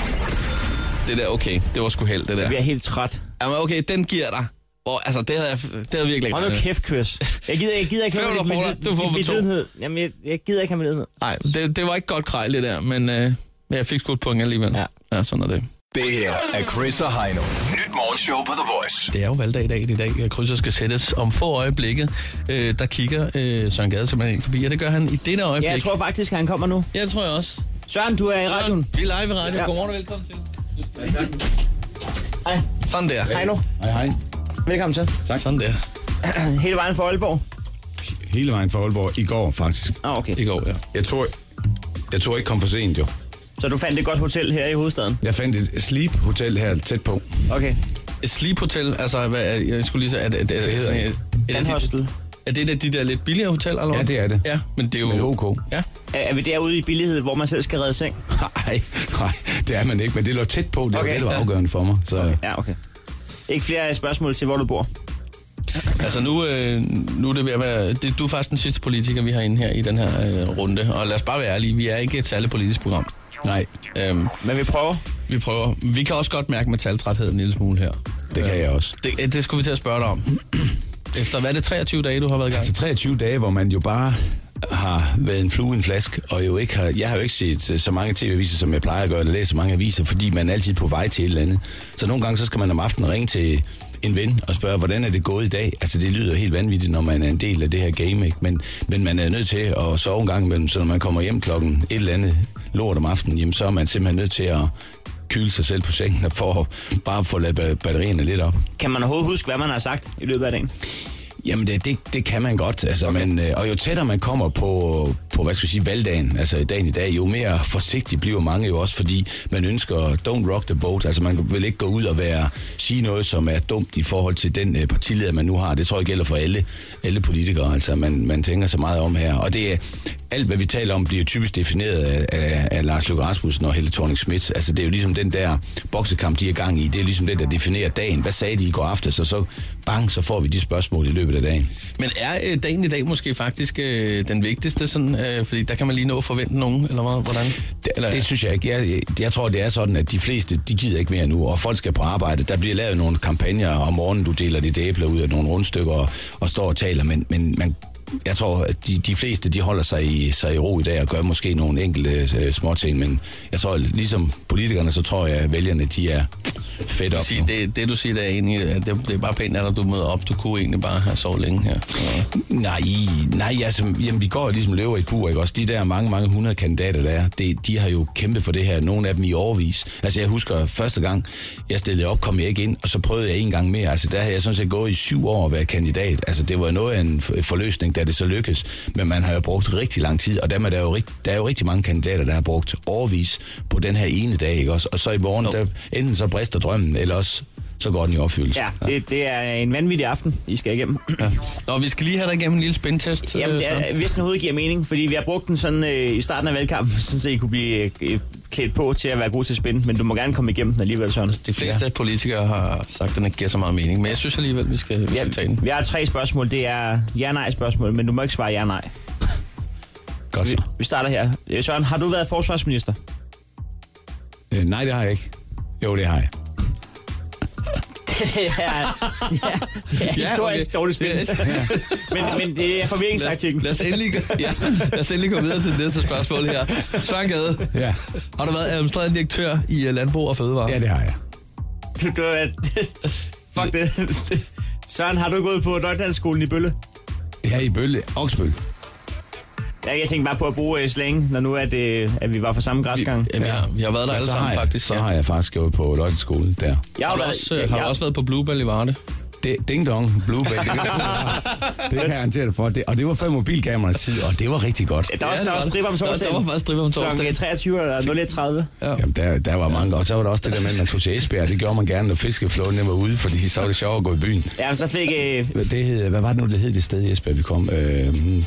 Speaker 3: Det der, okay. Det var sgu held, det der.
Speaker 4: Jeg er helt træt.
Speaker 3: Jamen, okay, den giver dig. Hvor, altså, det havde jeg, det havde jeg virkelig ikke
Speaker 4: Hold nu
Speaker 3: regnet med.
Speaker 4: kæft, Chris. Jeg gider, jeg gider ikke have
Speaker 3: Fem
Speaker 4: min,
Speaker 3: hundrede kroner, du får for to.
Speaker 4: lidenhed. Jamen, jeg, jeg gider ikke have min lidenhed.
Speaker 3: Nej, det, det var ikke godt grej, det der, men øh, men jeg fik sgu et point alligevel. Ja. ja, sådan er det.
Speaker 6: Det her er Chris og Heino. Nyt morgenshow på The Voice.
Speaker 3: Det er jo valgdag i dag, det er i dag, at krydser skal sættes. Om få øjeblikke, øh, der kigger øh, Søren Gade simpelthen ind forbi, og det gør han i dette øjeblik.
Speaker 4: Ja, jeg tror faktisk, han kommer nu.
Speaker 3: Ja, det tror jeg også.
Speaker 4: Søren, du er i
Speaker 3: Søren,
Speaker 4: radioen.
Speaker 3: Vi er live i radioen.
Speaker 4: Ja.
Speaker 3: Ja. Godmorgen og velkommen til. Hej. Sådan der.
Speaker 4: Hej nu.
Speaker 11: Hej, hej.
Speaker 4: Velkommen til.
Speaker 3: Tak. Sådan der.
Speaker 4: *clears throat* Hele vejen fra Aalborg.
Speaker 11: Hele vejen fra Aalborg. I går, faktisk.
Speaker 4: Ah, okay.
Speaker 3: I går, ja.
Speaker 11: Jeg tror, jeg tror ikke kom for sent, jo.
Speaker 4: Så du fandt et godt hotel her i hovedstaden?
Speaker 11: Jeg fandt et sleep-hotel her tæt på.
Speaker 4: Okay.
Speaker 3: Et sleephotel, altså, hvad, er- jeg skulle lige sige, at det, det, hedder et- et af de-
Speaker 4: Danhostel.
Speaker 3: er det et af de der lidt billigere hotel, eller
Speaker 11: Ja, det er det.
Speaker 3: Ja, men det er jo...
Speaker 11: Men OK.
Speaker 3: Ja.
Speaker 4: Er, er vi derude i billighed, hvor man selv skal redde seng?
Speaker 11: *laughs* Nej, nej, det er man ikke, men det lå tæt på. Det var
Speaker 4: Okay.
Speaker 11: okay. det, der var afgørende for mig. Så okay.
Speaker 4: Ja, okay. Ikke flere spørgsmål til, hvor du bor.
Speaker 3: Altså nu, øh, nu er det ved at være... Det, du er faktisk den sidste politiker, vi har inde her i den her øh, runde. Og lad os bare være ærlige, vi er ikke et særligt politisk program.
Speaker 11: nej,
Speaker 3: Øhm,
Speaker 4: Men vi prøver.
Speaker 3: vi prøver. Vi kan også godt mærke metaltrætheden en lille smule her.
Speaker 11: det kan jeg også.
Speaker 3: Det, øh, det skulle vi til at spørge dig om. Efter, hvad er det, 23 dage, du har været i gang?
Speaker 11: Altså 23 dage, hvor man jo bare har været en flue i en flask, og jo ikke har, jeg har jo ikke set øh, så mange tv-aviser, som jeg plejer at gøre, eller læse så mange aviser, fordi man er altid på vej til et eller andet. Så nogle gange, så skal man om aftenen ringe til en ven og spørge, hvordan er det gået i dag? Altså, det lyder jo helt vanvittigt, når man er en del af det her game, ikke? Men, men man er nødt til at sove en gang imellem, så når man kommer hjem klokken et eller andet lort om aftenen, jamen, så er man simpelthen nødt til at kyle sig selv på sengen, for at bare få lavet ba- batterierne lidt op.
Speaker 4: Kan man overhovedet huske, hvad man har sagt i løbet af dagen?
Speaker 11: Jamen, det, det, det kan man godt. Altså, okay. men, øh, og jo tættere man kommer på, på, hvad skal jeg sige, valgdagen, altså dagen i dag, jo mere forsigtig bliver mange jo også, fordi man ønsker don't rock the boat. Altså, man vil ikke gå ud og være, sige noget, som er dumt i forhold til den øh, partileder, man nu har. Det tror jeg gælder for alle, alle politikere. Altså, man, man tænker så meget om her. Og det er, alt hvad vi taler om, bliver typisk defineret af, af, af Lars Løkke Rasmussen og Helle thorning Schmidt. Altså, det er jo ligesom den der boksekamp, de er i gang i. Det er ligesom den, der definerer dagen. Hvad sagde de i går aftes? Og så bang, så får vi de spørgsmål i løbet af dagen.
Speaker 3: Men er øh, dagen i dag måske faktisk øh, den vigtigste? Sådan, øh, fordi der kan man lige nå at forvente nogen, eller hvad, hvordan?
Speaker 11: Det,
Speaker 3: Eller,
Speaker 11: det synes jeg ikke. Jeg, jeg, jeg tror, det er sådan, at de fleste, de gider ikke mere nu, og folk skal på arbejde. Der bliver lavet nogle kampagner om morgenen, du deler dit æbler ud af nogle rundstykker og, og står og taler, men, men man, jeg tror, at de, de fleste, de holder sig i, sig i ro i dag og gør måske nogle enkelte øh, småting, men jeg tror, ligesom politikerne, så tror jeg, at vælgerne, de er fedt op
Speaker 3: Sige,
Speaker 11: nu.
Speaker 3: det, det, du siger, der er egentlig, at det, det er bare pænt, at du møder op. Du kunne egentlig bare have sovet længe her. Så.
Speaker 11: Nej, nej, altså, jamen, vi går jo ligesom løver i et bur, ikke også? De der mange, mange hundrede kandidater, der er, det, de har jo kæmpet for det her, nogle af dem i overvis. Altså, jeg husker første gang, jeg stillede op, kom jeg ikke ind, og så prøvede jeg en gang mere. Altså, der havde jeg sådan set gået i syv år at være kandidat. Altså, det var noget af en f- forløsning, da det så lykkedes. Men man har jo brugt rigtig lang tid, og dem er der, jo, rigt- der er jo rigtig mange kandidater, der har brugt overvis på den her ene dag, ikke også? Og så i morgen, der, enten så brister drømmen, eller også så går den i opfyldelse.
Speaker 4: Ja, det, det er en vanvittig aften, I skal igennem.
Speaker 3: Ja. Nå, vi skal lige have dig igennem en lille spændtest.
Speaker 4: Jamen,
Speaker 3: øh,
Speaker 4: det
Speaker 3: Søren.
Speaker 4: er, hvis den overhovedet giver mening, fordi vi har brugt den sådan øh, i starten af valgkampen, *laughs* sådan så I kunne blive øh, klædt på til at være god til at spænde, men du må gerne komme igennem den alligevel, Søren.
Speaker 3: De fleste ja. politikere har sagt, at den ikke giver så meget mening, men jeg synes alligevel, vi skal, vi skal tage den.
Speaker 4: Vi har tre spørgsmål. Det er ja-nej-spørgsmål, men du må ikke svare
Speaker 3: *laughs*
Speaker 4: ja-nej.
Speaker 11: Godt
Speaker 4: Vi,
Speaker 11: så.
Speaker 4: vi starter her. Øh, Søren, har du været forsvarsminister?
Speaker 11: Øh, nej, det har jeg ikke. Jo, det har jeg.
Speaker 4: *laughs* det er, det er, det er
Speaker 3: Ja,
Speaker 4: historisk
Speaker 3: okay.
Speaker 4: dårligt spil.
Speaker 3: Det
Speaker 4: men, men det er forvirringstaktikken.
Speaker 3: Lad os, endelig, gå- ja, lad os endelig gå videre til det næste spørgsmål her. Søren Gade,
Speaker 11: Ja.
Speaker 3: har du været administrerende direktør i øh, Landbrug og Fødevare?
Speaker 11: Ja, det har jeg.
Speaker 4: Du, du, er- *laughs* fuck det. Søren, har du gået på Nøglandsskolen i Bølle?
Speaker 11: Ja, i Bølle. Augsbøl.
Speaker 4: Ja, jeg tænkte bare på at bruge uh, slang, når nu at, uh, at vi var fra samme græsgang.
Speaker 3: Ja, vi, har, vi har været der alle sammen, faktisk.
Speaker 11: Så
Speaker 3: Ja.
Speaker 11: har jeg faktisk gået på Løgteskole der.
Speaker 4: Jeg
Speaker 3: Har du også, øh, har du også været på Bluebell i Varde?
Speaker 11: Det, ding dong, Bluebell. Det, det kan jeg garantere dig for. Det, og det var før mobilkameraernes tid, og det var rigtig godt.
Speaker 4: Der var også,
Speaker 3: Ja,
Speaker 4: der var også stripper om
Speaker 3: der-
Speaker 4: torsdagen.
Speaker 3: Der var faktisk stripper om
Speaker 4: Klokken
Speaker 3: torsdagen.
Speaker 4: 23 eller 01.30.
Speaker 11: Ja. Jamen, der, der var mange. Og så var der også det der med, at man tog til Esbjerg. Det gjorde man gerne, når fiskeflåden den var ude, fordi så var det sjovt at gå i byen.
Speaker 4: Ja, men så fik...
Speaker 3: øh-
Speaker 4: Uh,
Speaker 11: Hvad Det hed, hvad var det nu, det hed det sted i Esbjerg, vi kom? Øh, hmm,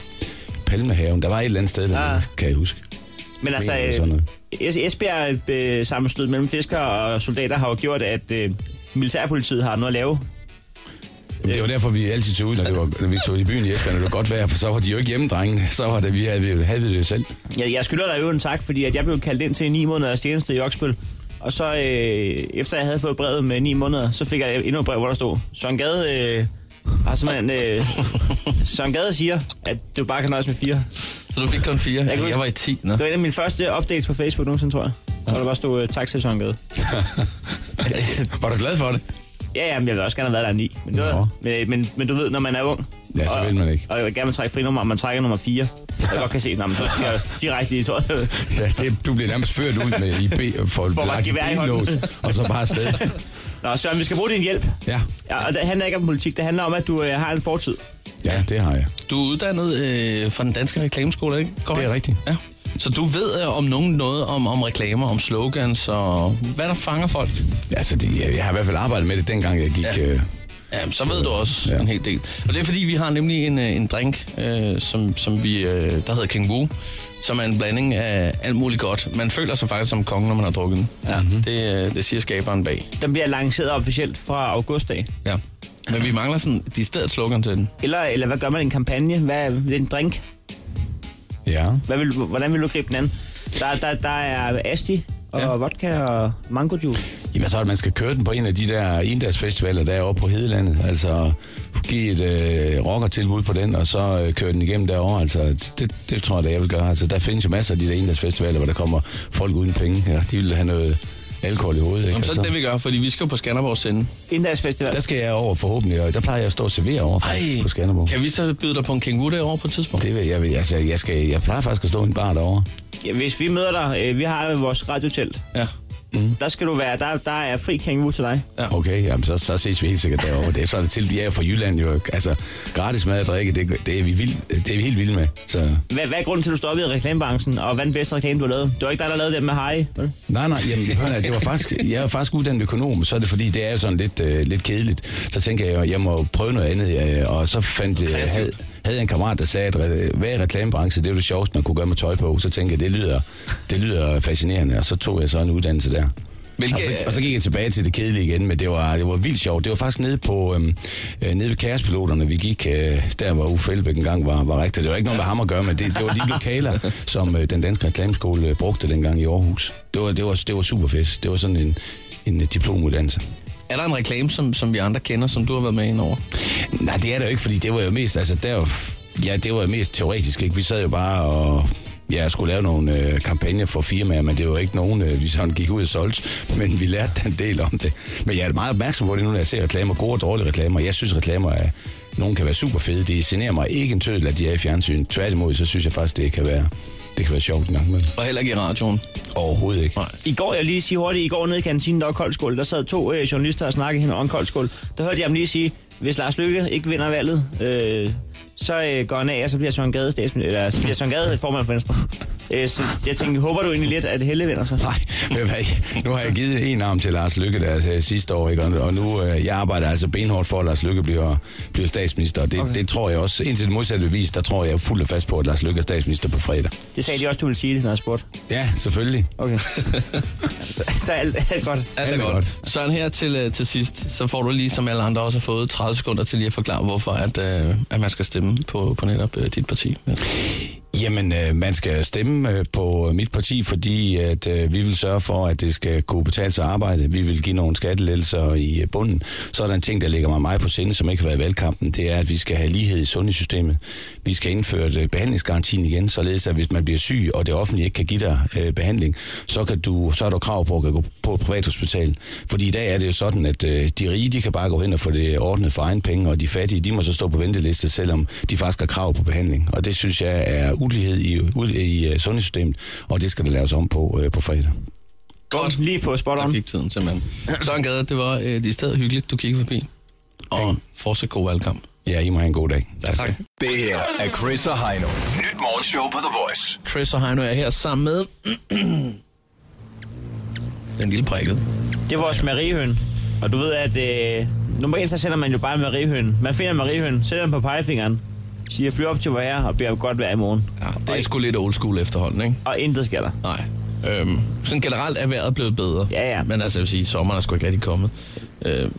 Speaker 11: Palmehaven. Der var et eller andet sted, der
Speaker 4: Ah.
Speaker 11: kan jeg huske.
Speaker 4: men altså,
Speaker 11: Mener du sådan
Speaker 4: uh,
Speaker 11: noget?
Speaker 4: Esbjerg øh, sammenstød mellem fiskere og soldater har jo gjort, at øh, militærpolitiet har noget at lave.
Speaker 11: Jamen, det var derfor, vi altid tog ud, når, det var, når vi tog i byen i Esbjerg, når det var godt vejr, for så var de jo ikke hjemme, drengene. Så var det, vi havde, havde vi det jo selv.
Speaker 4: Jeg, jeg skylder dig jo en tak, fordi at jeg blev kaldt ind til 9 måneders tjeneste i Oksbøl. Og så øh, efter jeg havde fået brevet med 9 måneder, så fik jeg endnu et brev, hvor der stod, Søren Gade øh, har simpelthen...
Speaker 3: *laughs*
Speaker 4: Øh, Søren Gade siger, at du bare kan nøjes med fire.
Speaker 3: Så du fik kun fire? Jeg, *laughs* jeg var i 10, nå.
Speaker 11: *laughs*
Speaker 4: Det var en af mine første updates på Facebook nogensinde, tror jeg. Ja. Hvor der bare stod, øh, tak til Søren Gade.
Speaker 11: var du glad for det?
Speaker 4: Ja, ja, men jeg ville også gerne have været der ni. Men, det var, men, øh, men, men du ved, når man er ung...
Speaker 11: Ja, så
Speaker 4: og-
Speaker 11: vil man ikke.
Speaker 4: Og jeg vil gerne vil trække frinummer, og man trækker nummer 4. Jeg godt kan se, at så skal jeg direkte i tøjet.
Speaker 11: Ja, det, du bliver nærmest ført ud med IP for
Speaker 4: Får bare
Speaker 11: lagt i
Speaker 4: gevær i hånden.
Speaker 11: benlås, og så bare afsted.
Speaker 4: Nå, Søren, vi skal bruge din hjælp.
Speaker 11: Ja.
Speaker 4: ja og det handler ikke om politik, det handler om, at du øh, har en fortid.
Speaker 11: Ja, det har jeg.
Speaker 3: Du er uddannet øh, fra den danske reklameskole, ikke? Godt. Det
Speaker 11: er rigtigt.
Speaker 3: Ja. Så du ved øh, om nogen noget om, om reklamer, om slogans og hvad der fanger folk?
Speaker 11: Altså, det, jeg, jeg har i hvert fald arbejdet med det, dengang jeg gik... Ja. Øh,
Speaker 3: Ja, så ved du også ja. en hel del. Og det er fordi, vi har nemlig en, øh, en drink, øh, som, som vi, øh, der hedder King Wu, som er en blanding af alt muligt godt. Man føler sig faktisk som konge, når man har drukket den. Ja.
Speaker 11: Mhm.
Speaker 3: Mm-hmm. Det, øh, det siger skaberen bag.
Speaker 4: Den bliver lanceret officielt fra august af.
Speaker 3: Ja. Men vi mangler sådan de stedet slogan til den.
Speaker 4: Eller, eller hvad gør man i en kampagne? Hvad, det er en drink.
Speaker 11: Ja.
Speaker 4: Hvad vil, du- hvordan vil du gribe den anden? Der, der, der er Asti og ja. vodka og mango juice.
Speaker 11: Jamen så, at man skal køre den på en af de der endagsfestivaler, der er oppe på Hedelandet. Altså, give et øh, rockertilbud på den, og så øh, køre den igennem derovre. Altså, det, det tror jeg, da jeg vil gøre. Altså, der findes jo masser af de der endagsfestivaler, hvor der kommer folk uden penge. Ja, de vil have noget alkohol i hovedet. Ikke?
Speaker 3: Jamen, så er
Speaker 11: Altså,
Speaker 3: det det, vi gør, fordi vi skal jo på Skanderborg sende.
Speaker 4: Inddagsfestival.
Speaker 11: der skal jeg over forhåbentlig, og der plejer jeg at stå og servere over faktisk, på Skanderborg.
Speaker 3: Kan vi så byde dig på en King Wu derovre på et tidspunkt?
Speaker 11: Det vil jeg, vil- altså, jeg, skal, jeg plejer faktisk at stå i en bar derovre.
Speaker 4: Ja, hvis vi møder dig, øh, vi har jo vores radiotelt.
Speaker 3: Ja.
Speaker 4: Mm. Der skal du være, der, der er fri kangaroo til dig.
Speaker 3: Ja.
Speaker 11: Okay, jamen så, så ses vi helt sikkert derovre. Det, er- så er det til, jeg er jo fra Jylland jo. Altså, gratis mad og drikke, det, det, er, vi vild, det er vi helt vilde med. Så
Speaker 4: Hvad, hvad er grunden til, at du stoppede i reklamebranchen, og hvad er den bedste reklame, du har lavet? Det var ikke dig, der lavede den med hej, vel?
Speaker 11: Nej, nej, jamen, hør, her, det var faktisk, jeg er faktisk uddannet økonom, så er det fordi, det er jo sådan lidt, øh, lidt kedeligt. Så tænker jeg, jeg må prøve noget andet, øh, og så fandt jeg, havde, havde jeg en kammerat, der sagde, at re- hvad er reklamebranche, det er jo det sjoveste, man kunne gøre med tøj på. Så tænkte jeg, det lyder, det lyder fascinerende, og så tog jeg så en uddannelse der.
Speaker 3: Hvilke-
Speaker 11: Og, så, og så gik jeg tilbage til det kedelige igen, men det var, det var vildt sjovt. Det var faktisk nede, på, øhm, øh, nede ved Kærespiloterne, vi gik øh, der, hvor Uffe Elbæk engang var, var rektor. Det var ikke noget med ham at gøre, men det, det var de lokaler, som øh, den danske reklameskole øh, brugte dengang i Aarhus. Det var, det var, det var super fedt. Det var sådan en, en øh, diplomuddannelse.
Speaker 3: Er der en reklame, som, som vi andre kender, som du har været med ind over?
Speaker 11: Nej, det er det jo ikke, fordi det var jo mest, altså der, var f- ja, det var jo mest teoretisk, ikke? Vi sad jo bare og ja, skulle lave nogle øh, kampagner for firmaer, men det var jo ikke nogen, øh, vi sådan gik ud og solgte, men vi lærte da en del om det. Men jeg er meget opmærksom på det nu, når jeg ser reklamer, gode og dårlige reklamer. Jeg synes, reklamer er, nogen kan være super fede. Det generer mig ikke en tødel, at de er i fjernsyn. Tværtimod, så synes jeg faktisk, det kan være, det kan være sjovt en gang imellem.
Speaker 3: Og heller ikke i radioen?
Speaker 11: Overhovedet ikke.
Speaker 3: Nej.
Speaker 4: I går, jeg vil lige sige hurtigt, i går nede i kantinen, der var koldskål. Der sad to øh, journalister og snakkede hen over en koldskål. Der hørte jeg ham lige sige, hvis Lars Lykke ikke vinder valget, øh, så øh, går han af, og så bliver Søren Gade, statsmin- eller, så bliver Søren Gade formand for Venstre. Øh, så jeg tænkte, håber du egentlig lidt, at Helle vinder så?
Speaker 11: Nej, Men hvad, nu har jeg givet en arm til Lars Lykke der øh, sidste år, ikke? Og, og nu øh, jeg arbejder altså benhårdt for, at Lars Lykke bliver, bliver statsminister. Og det, okay. det tror jeg også, indtil det modsatte bevis, der tror jeg jo fuldt og fast på, at Lars Lykke er statsminister på fredag.
Speaker 4: Det sagde de også, du ville sige det, når jeg spurgte.
Speaker 11: Ja, selvfølgelig. *laughs*
Speaker 4: Okay. så alt, alt godt.
Speaker 3: Alt er godt. Søren, her til, øh, til sidst, så får du lige, som alle andre også har fået, 30 sekunder til lige at forklare, hvorfor at, øh, at man skal stemme på, på netop øh, dit parti. Ja.
Speaker 11: Jamen, øh, man skal stemme øh, på mit parti, fordi at øh, vi vil sørge for, at det skal kunne betale sig at arbejde. Vi vil give nogle skattelettelser i øh, bunden. Så er der en ting, der ligger mig meget på sinde, som ikke har været i valgkampen. Det er, at vi skal have lighed i sundhedssystemet. Vi skal indføre øh, behandlingsgarantien igen, således at hvis man bliver syg, og det offentlige ikke kan give dig øh, behandling, så, kan du, så er der krav på at gå på et privathospital. Fordi i dag er det jo sådan, at øh, de rige de kan bare gå hen og få det ordnet for egen penge, og de fattige de må så stå på venteliste, selvom de faktisk har krav på behandling. Og det synes jeg er ulighed i, ud, i øh, sundhedssystemet, og det skal der laves om på øh, på fredag.
Speaker 3: Godt.
Speaker 4: Lige på spot on.
Speaker 3: Der gik tiden simpelthen. Søren Gade, det var øh, i stedet hyggeligt, du kiggede forbi. Og fortsat god valgkamp.
Speaker 11: Ja, I må have en god dag.
Speaker 3: Tak. tak.
Speaker 6: Det her er Chris og Heino. Nyt morgenshow på The Voice.
Speaker 3: Chris og Heino er her sammen med... den lille prikket.
Speaker 4: Det var vores mariehøn. Og du ved, at øh, normalt så sender man jo bare en mariehøn. Man finder en mariehøn, sætter den på pegefingeren, siger fly op til hvor jeg er, og bliver godt vejr i morgen.
Speaker 3: Ja, det er sgu lidt old school efterhånden, ikke?
Speaker 4: Og intet sker der.
Speaker 3: Nej. Øhm, sådan generelt er vejret blevet bedre.
Speaker 4: Ja, ja.
Speaker 3: Men altså, jeg vil sige, sommeren er sgu ikke rigtig kommet. Øh,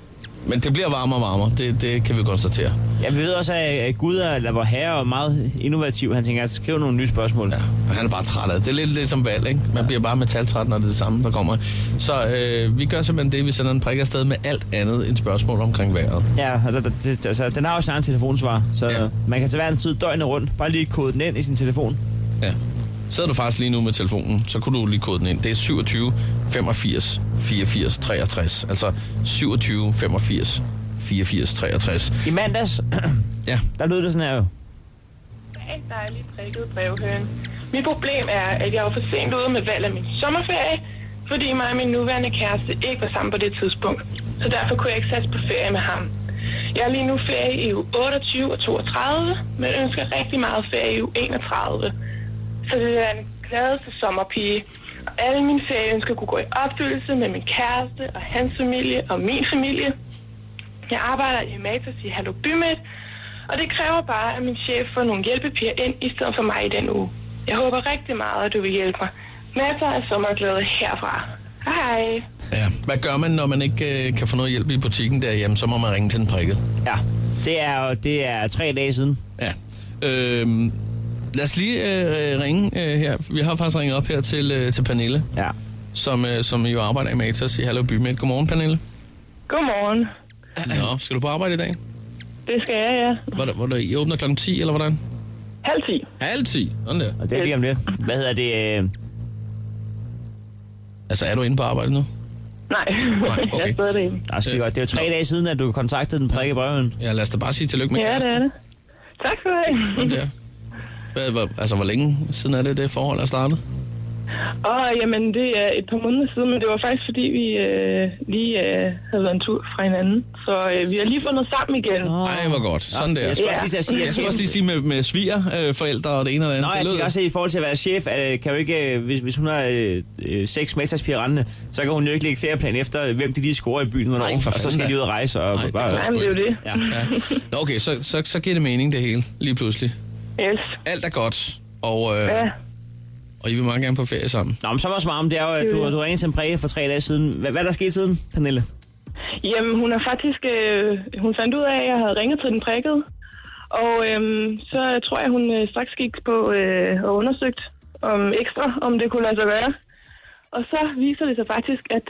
Speaker 3: Men det bliver varmere og varmere, det, det kan vi konstatere.
Speaker 4: Ja, vi ved også, at Gud er, eller vor herre er meget innovativ. Han tænker, at skrive nogle nye spørgsmål. Ja,
Speaker 3: han er bare træt af det. Det er lidt ligesom valg, ikke? Man bliver bare metaltræt, når det er det samme, der kommer. Så øh, vi gør simpelthen det, vi sender en prik afsted med alt andet end spørgsmål omkring vejret.
Speaker 4: Ja, og der, der, det- altså, den har også sin egen telefonsvar, så ja. man kan til hver en tid døgnet rundt. Bare lige kode den ind i sin telefon.
Speaker 3: Ja. Sidder du faktisk lige nu med telefonen, så kunne du lige kode den ind. Det er 27 85 84 63. Altså 27 85 84 63.
Speaker 4: I mandags,
Speaker 3: ja.
Speaker 4: der lød det sådan her jo.
Speaker 12: Goddag, dejlig prikket brevhøen. Mit problem er, at jeg var for sent ude med valg af min sommerferie, fordi mig og min nuværende kæreste ikke var sammen på det tidspunkt. Så derfor kunne jeg ikke satse på ferie med ham. Jeg er lige nu ferie i uge 28 og 32, men ønsker rigtig meget ferie i uge 31. Så det er en gladeste sommerpige. Og alle mine ferieønsker kunne gå i opfyldelse med min kæreste og hans familie og min familie. Jeg arbejder i Matas i Hallo Bymidt, og det kræver bare, at min chef får nogle hjælpepiger ind, i stedet for mig i den uge. Jeg håber rigtig meget, at du vil hjælpe mig. Masser af sommerglæde herfra. Hej.
Speaker 3: Ja. Hvad gør man, når man ikke øh, kan få noget hjælp i butikken derhjemme? Så må man ringe til en prikket.
Speaker 4: Ja, det er, jo- det er tre dage siden.
Speaker 3: Ja. Øhm, lad os lige øh, ringe øh, her. Vi har faktisk ringet op her til, øh, til Pernille.
Speaker 4: Ja.
Speaker 3: Som, øh, som jo arbejder i Matas i Hallo Bymidt. Godmorgen, Pernille.
Speaker 12: Godmorgen.
Speaker 3: Nå, skal du på arbejde i dag?
Speaker 12: Det skal jeg, ja.
Speaker 3: Hvordan, hvordan, I åbner klokken 10, eller hvordan?
Speaker 12: Halv 10.
Speaker 3: Halv 10? Sådan der.
Speaker 4: Og det er lige om lidt. Hvad hedder det? Øh...
Speaker 3: Altså, er du inde på arbejde nu?
Speaker 12: Nej, *laughs*
Speaker 3: Nej, okay. jeg
Speaker 12: stadig derinde.
Speaker 4: Der er skide godt. Det er jo tre dage siden, at du kontaktede den prikke i brøven.
Speaker 3: Ja, lad os da bare sige tillykke med
Speaker 12: Ja, det
Speaker 3: kæresten.
Speaker 12: er det. Tak for
Speaker 3: Sådan
Speaker 12: det. *laughs*
Speaker 3: der. Hvad, hvor, altså, hvor længe siden er det, det forhold er startet?
Speaker 12: Og jamen, det er et par måneder siden, men det var faktisk, fordi vi øh, lige øh, havde været en tur fra hinanden. Så øh, vi har lige fundet sammen igen.
Speaker 3: Nej, hvor godt. Sådan der.
Speaker 4: Jeg skulle også lige til at sige,
Speaker 3: jeg
Speaker 4: at-
Speaker 3: skulle også lige sige med, med sviger, øh, forældre og det ene og det andet.
Speaker 4: Nå, jeg
Speaker 3: det
Speaker 4: tænker også, at i forhold til at være chef, øh, kan jo ikke, øh, hvis, hvis hun har øh, øh, seks mesterspiger rendende, så kan hun jo ikke lægge ferieplan efter, øh, hvem de lige scorer i byen, hvornår,
Speaker 3: Nej, for
Speaker 4: og så
Speaker 3: fanden
Speaker 4: skal
Speaker 3: da.
Speaker 4: de ud og rejse. Og
Speaker 3: Nej, det
Speaker 4: bare,
Speaker 3: går sgu
Speaker 12: Jamen, det er jo
Speaker 3: ikke.
Speaker 4: Ja.
Speaker 3: Nå, okay, så, så, så giver det mening det hele, lige pludselig.
Speaker 12: Yes.
Speaker 3: Alt er godt, og, øh,
Speaker 12: Ja.
Speaker 3: og I vil meget gerne på ferie sammen.
Speaker 4: Nå, men så var smart, det er jo, at du, du ringede til en præge for tre dage siden. Hvad, hvad er der sket siden, Pernille?
Speaker 12: Jamen, hun er faktisk... Øh, hun fandt ud af, at jeg havde ringet til den prikket. Og øhm, så tror jeg, hun øh, straks gik på øh, og undersøgt om ekstra, om det kunne lade sig gøre. Og så viser det sig faktisk, at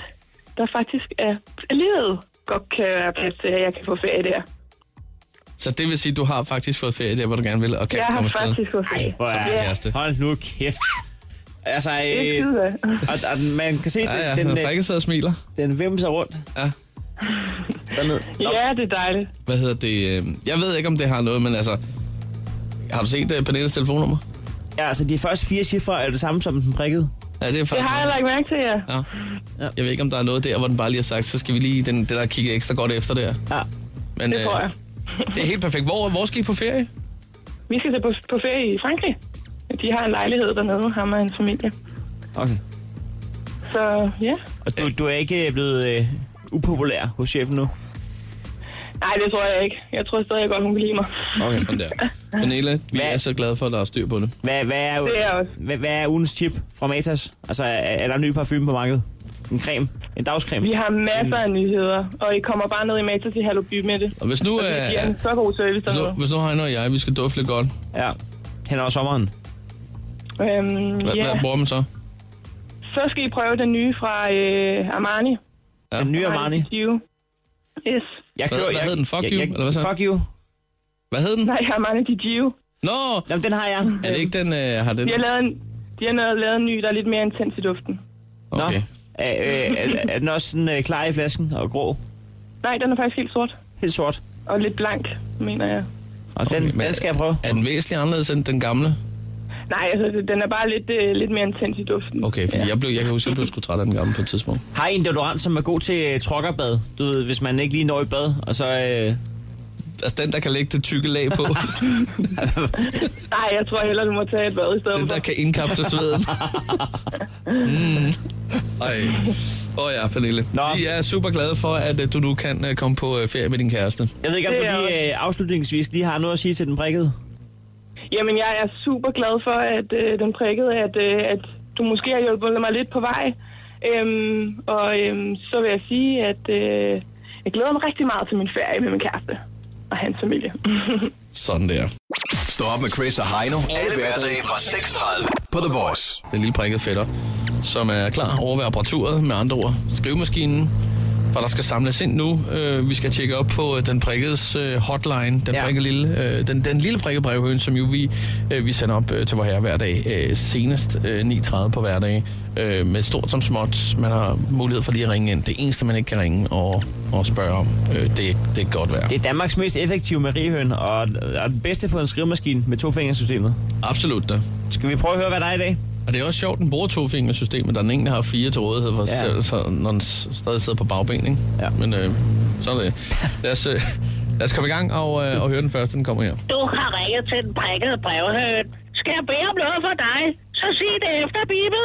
Speaker 12: der faktisk er alligevel godt kan være plads til, at jeg kan få ferie der.
Speaker 3: Så det vil sige, at du har faktisk fået ferie der, hvor du gerne vil, og kan
Speaker 12: jeg har
Speaker 3: komme afsted.
Speaker 12: faktisk fået ferie.
Speaker 4: Hvor
Speaker 3: Som
Speaker 4: er-
Speaker 3: din kæreste.
Speaker 4: Hold nu kæft. Altså,
Speaker 12: Det er
Speaker 4: øh,
Speaker 12: skide godt.
Speaker 4: og, og, man kan se,
Speaker 3: Ja, ja,
Speaker 4: den,
Speaker 3: den
Speaker 4: den,
Speaker 3: frække
Speaker 4: den,
Speaker 3: sidder og smiler.
Speaker 4: den vimser rundt.
Speaker 3: Ja.
Speaker 4: Dernede.
Speaker 12: Ja, det er dejligt.
Speaker 3: Hvad hedder det? øh, Jeg ved ikke, om det har noget, men altså... Har du set uh, Pernilles telefonnummer?
Speaker 4: Ja, altså de første fire cifre er det samme som den prikkede.
Speaker 3: Ja, det er faktisk
Speaker 12: Det har jeg lagt mærke til jer.
Speaker 3: Ja. Jeg ved ikke, om der er noget der, hvor den bare lige har sagt, så skal vi lige den, den der kigge ekstra godt efter der.
Speaker 4: Ja.
Speaker 3: Men, øh,
Speaker 12: Det tror jeg.
Speaker 3: *laughs* det er helt perfekt. Hvor, hvor skal I på ferie?
Speaker 12: Vi skal til på, på ferie i Frankrig. De har en lejlighed dernede, ham og hans familie.
Speaker 4: Okay.
Speaker 12: Så ja,
Speaker 4: Og du, du er ikke blevet øh, upopulær hos chefen nu?
Speaker 12: nej, det tror jeg ikke. Jeg tror stadig godt, hun kan lide mig.
Speaker 3: Okay. Sådan der. Pernille, vi er så glade for, at der er styr på det.
Speaker 4: Hvad, hvad, er,
Speaker 12: Det er jeg også.
Speaker 4: hvad, hvad er ugens tip fra Matas? Altså, er, er der en ny parfume på markedet? En creme? En dagscreme?
Speaker 12: Vi har masser af nyheder, og I kommer bare ned i Matas i Hallo By med det.
Speaker 3: Og hvis nu,
Speaker 12: Og det giver
Speaker 3: øh,
Speaker 12: en så god service
Speaker 3: hvis nu,
Speaker 12: dernede.
Speaker 3: hvis nu Heino og jeg, vi skal dufte lidt godt,
Speaker 4: Ja. Hen over sommeren?
Speaker 12: Øhm,
Speaker 3: hvad,
Speaker 12: ja.
Speaker 3: hvad bruger man så?
Speaker 12: Så skal I prøve den nye fra øh, Armani.
Speaker 3: Ja.
Speaker 4: Den nye Armani?
Speaker 12: 20. Yes.
Speaker 4: Jeg
Speaker 3: Hvad- hvad hed den? Fuck you, eller hvad så?
Speaker 4: Fuck you.
Speaker 3: Hvad hed den?
Speaker 12: Nej, Armani Di Gio.
Speaker 3: Nå,
Speaker 4: Jamen, den har jeg.
Speaker 3: er det ikke den, øh, har den?
Speaker 12: De har lavet en, de har noget- lavet en ny, der er lidt mere intens i duften.
Speaker 3: Okay.
Speaker 4: Er, øh, er, er den også sådan øh, klar i flasken og grå?
Speaker 12: Nej, den er faktisk helt sort.
Speaker 4: Helt sort.
Speaker 12: Og lidt blank, mener jeg.
Speaker 4: Og den,
Speaker 3: men-
Speaker 4: okay, den skal jeg prøve.
Speaker 3: Er den væsentligt anderledes end den gamle?
Speaker 12: Nej, altså, den er bare lidt, øh, lidt mere intens i duften.
Speaker 3: Okay, fordi ja. jeg, blev, jeg kan huske, at jeg blev sgu træt af den gamle på et tidspunkt.
Speaker 4: Har I en deodorant, som er god til øh, trokkerbad? Du ved, hvis man ikke lige når i bad, og så... Øh,
Speaker 3: Altså den, der kan lægge det tykke lag
Speaker 4: *laughs*
Speaker 3: på.
Speaker 12: *laughs* Nej, jeg tror hellere, du må tage et bad i stedet
Speaker 3: den,
Speaker 12: for.
Speaker 3: der kan indkapsle
Speaker 12: *laughs*
Speaker 3: sveden.
Speaker 4: *laughs*
Speaker 3: mm. Ej. Åh oh ja, Pernille. Nå. Vi er super glade for, at øh, du nu kan øh, komme på øh, ferie med din kæreste.
Speaker 4: jeg ved ikke, om
Speaker 12: Det
Speaker 4: du
Speaker 12: er
Speaker 4: lige øh, afslutningsvis lige har noget at sige til den prikkede.
Speaker 12: Jamen, jeg er super glad for, at øh, den prikkede, at, øh, at du måske har hjulpet mig lidt på vej. Øhm, og øhm, så vil jeg sige, at øh, jeg glæder mig rigtig meget til min ferie med min kæreste og hans familie. *laughs*
Speaker 3: Sådan der.
Speaker 6: Stå op med Chris og Heino. Alle hverdage fra 6.30 på The Voice.
Speaker 3: Den lille prikket fætter, som er klar over ved apparaturet, med andre ord skrivemaskinen. For der skal samles ind nu. Øh, vi skal tjekke op på øh, den prikkedes øh, hotline, den, ja. prikke lille, øh, den, den lille prikke brevhøn, som jo vi, øh, vi sender op øh, til vor herre hver dag, øh, senest øh, 9.30 på hverdag, øh, med stort som småt. Man har mulighed for lige at ringe ind. Det eneste, man ikke kan ringe og, og spørge om, øh, det, det er godt værd.
Speaker 4: Det er Danmarks mest effektive mariehøn, og er den bedste på en skrivemaskine med tofingersystemet.
Speaker 3: Absolut da.
Speaker 4: Skal vi prøve at høre, hvad der er i dag?
Speaker 3: Og det er også sjovt, den bruger tofingersystemet. Der er den ene, der har fire til rådighed, for
Speaker 4: Ja.
Speaker 3: ja. selv, så, når den s- stadig sidder på bagben. Ikke? Ja. Men øh, sådan
Speaker 4: *laughs*
Speaker 3: er det. Lad os, øh, lad os komme i gang og, øh, og høre den første, den kommer her.
Speaker 13: Du har ringet til den prikkede brevhøn. Skal jeg bede om noget for dig, så sig det efter Bibel.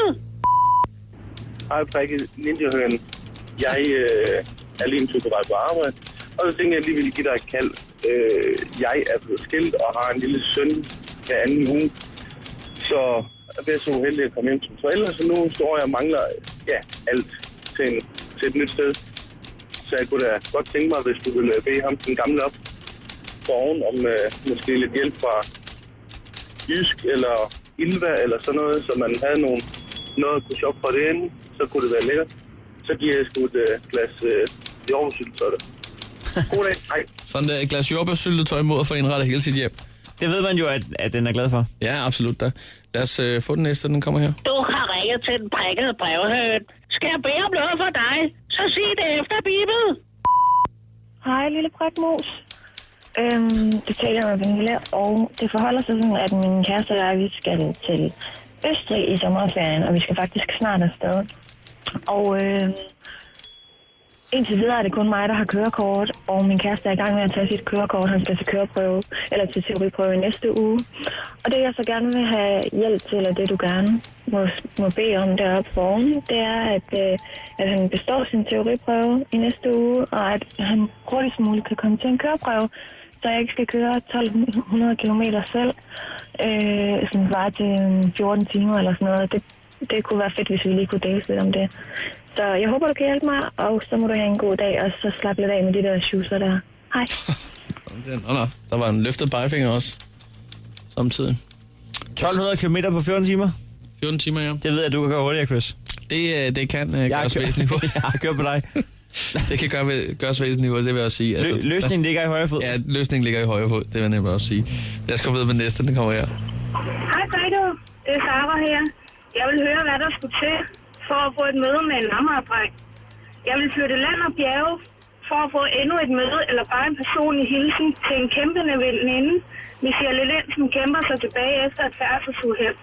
Speaker 14: Hej, prikket ninjahøren. Jeg øh, er lige en tur på vej på arbejde, og så tænkte jeg, at jeg lige ville give dig et kald. Øh, jeg er blevet skilt og har en lille søn hver anden uge, så jeg er så uheldig at komme hjem som forælder, så nu står jeg og mangler ja, alt til, en, til et nyt sted. Så jeg kunne da godt tænke mig, hvis du ville øh, bede ham den gamle op for oven om øh, måske lidt hjælp fra Jysk eller Ilva eller sådan noget, så man havde nogle, noget at kunne shoppe for det inde, så kunne det være lækkert. Så giver jeg sgu et øh, glas øh, jordbærsyltetøj. God dag. Hej.
Speaker 3: Sådan der, et glas jordbærsyltetøj mod at få indrettet hele sit hjem.
Speaker 4: Det ved man jo, at, at den er glad for.
Speaker 3: Ja, absolut da. Lad os øh, få den næste, den kommer her.
Speaker 13: Du har ringet til den prikkede brevhøn. Skal jeg bede om noget for dig, så sig det efter Bibel.
Speaker 15: Hej, lille brækmus. Øhm, du taler med Pernille, og det forholder sig sådan, at min kæreste og jeg, vi skal til Østrig i sommerferien, og vi skal faktisk snart afsted. Og øh, indtil videre er det kun mig, der har kørekort, og min kæreste er i gang med at tage sit kørekort. Han skal til køreprøve, eller til teoriprøve i næste uge. Og det, jeg så gerne vil have hjælp til, og det, du gerne må, må bede om deroppe foran, det er, at, øh, at han består sin teoriprøve i næste uge, og at han hurtigst muligt kan komme til en køreprøve, så jeg ikke skal køre 1200 km selv, øh, som svarer til en 14 timer eller sådan noget. Det, det kunne være fedt, hvis vi lige kunne deles lidt om det. Så jeg håber, du kan hjælpe mig, og så må du have en god dag, og så slap lidt af med de der schusser der. Hej. *laughs*
Speaker 3: Den, oh, no. Der var en løftet pegefinger også. Samtidig.
Speaker 4: 1200 km på 14 timer?
Speaker 3: 14 timer, ja.
Speaker 4: Det ved jeg, du kan gøre hurtigere, Chris.
Speaker 3: Det, øh, det kan uh, gøres væsentligt
Speaker 4: *laughs*
Speaker 3: hurtigt.
Speaker 4: Jeg har kørt på dig.
Speaker 3: *laughs* det kan gøre, gøres væsentligt hurtigt, det vil jeg også sige. Altså-
Speaker 4: Lø- løsningen ligger i højre fod.
Speaker 3: Ja, løsningen ligger i højre fod, det vil jeg nemlig også sige. Lad os komme videre med den næste, den kommer her.
Speaker 16: Hej Fredo, det er Sara her. Jeg vil høre, hvad der skulle til for at få et møde med en ammerdreng. Jeg vil flytte land og bjerge for at få endnu et møde, eller bare en personlig hilsen til en kæmpende veninde, Michelle Lind, som kæmper sig tilbage efter et færdselsuheld.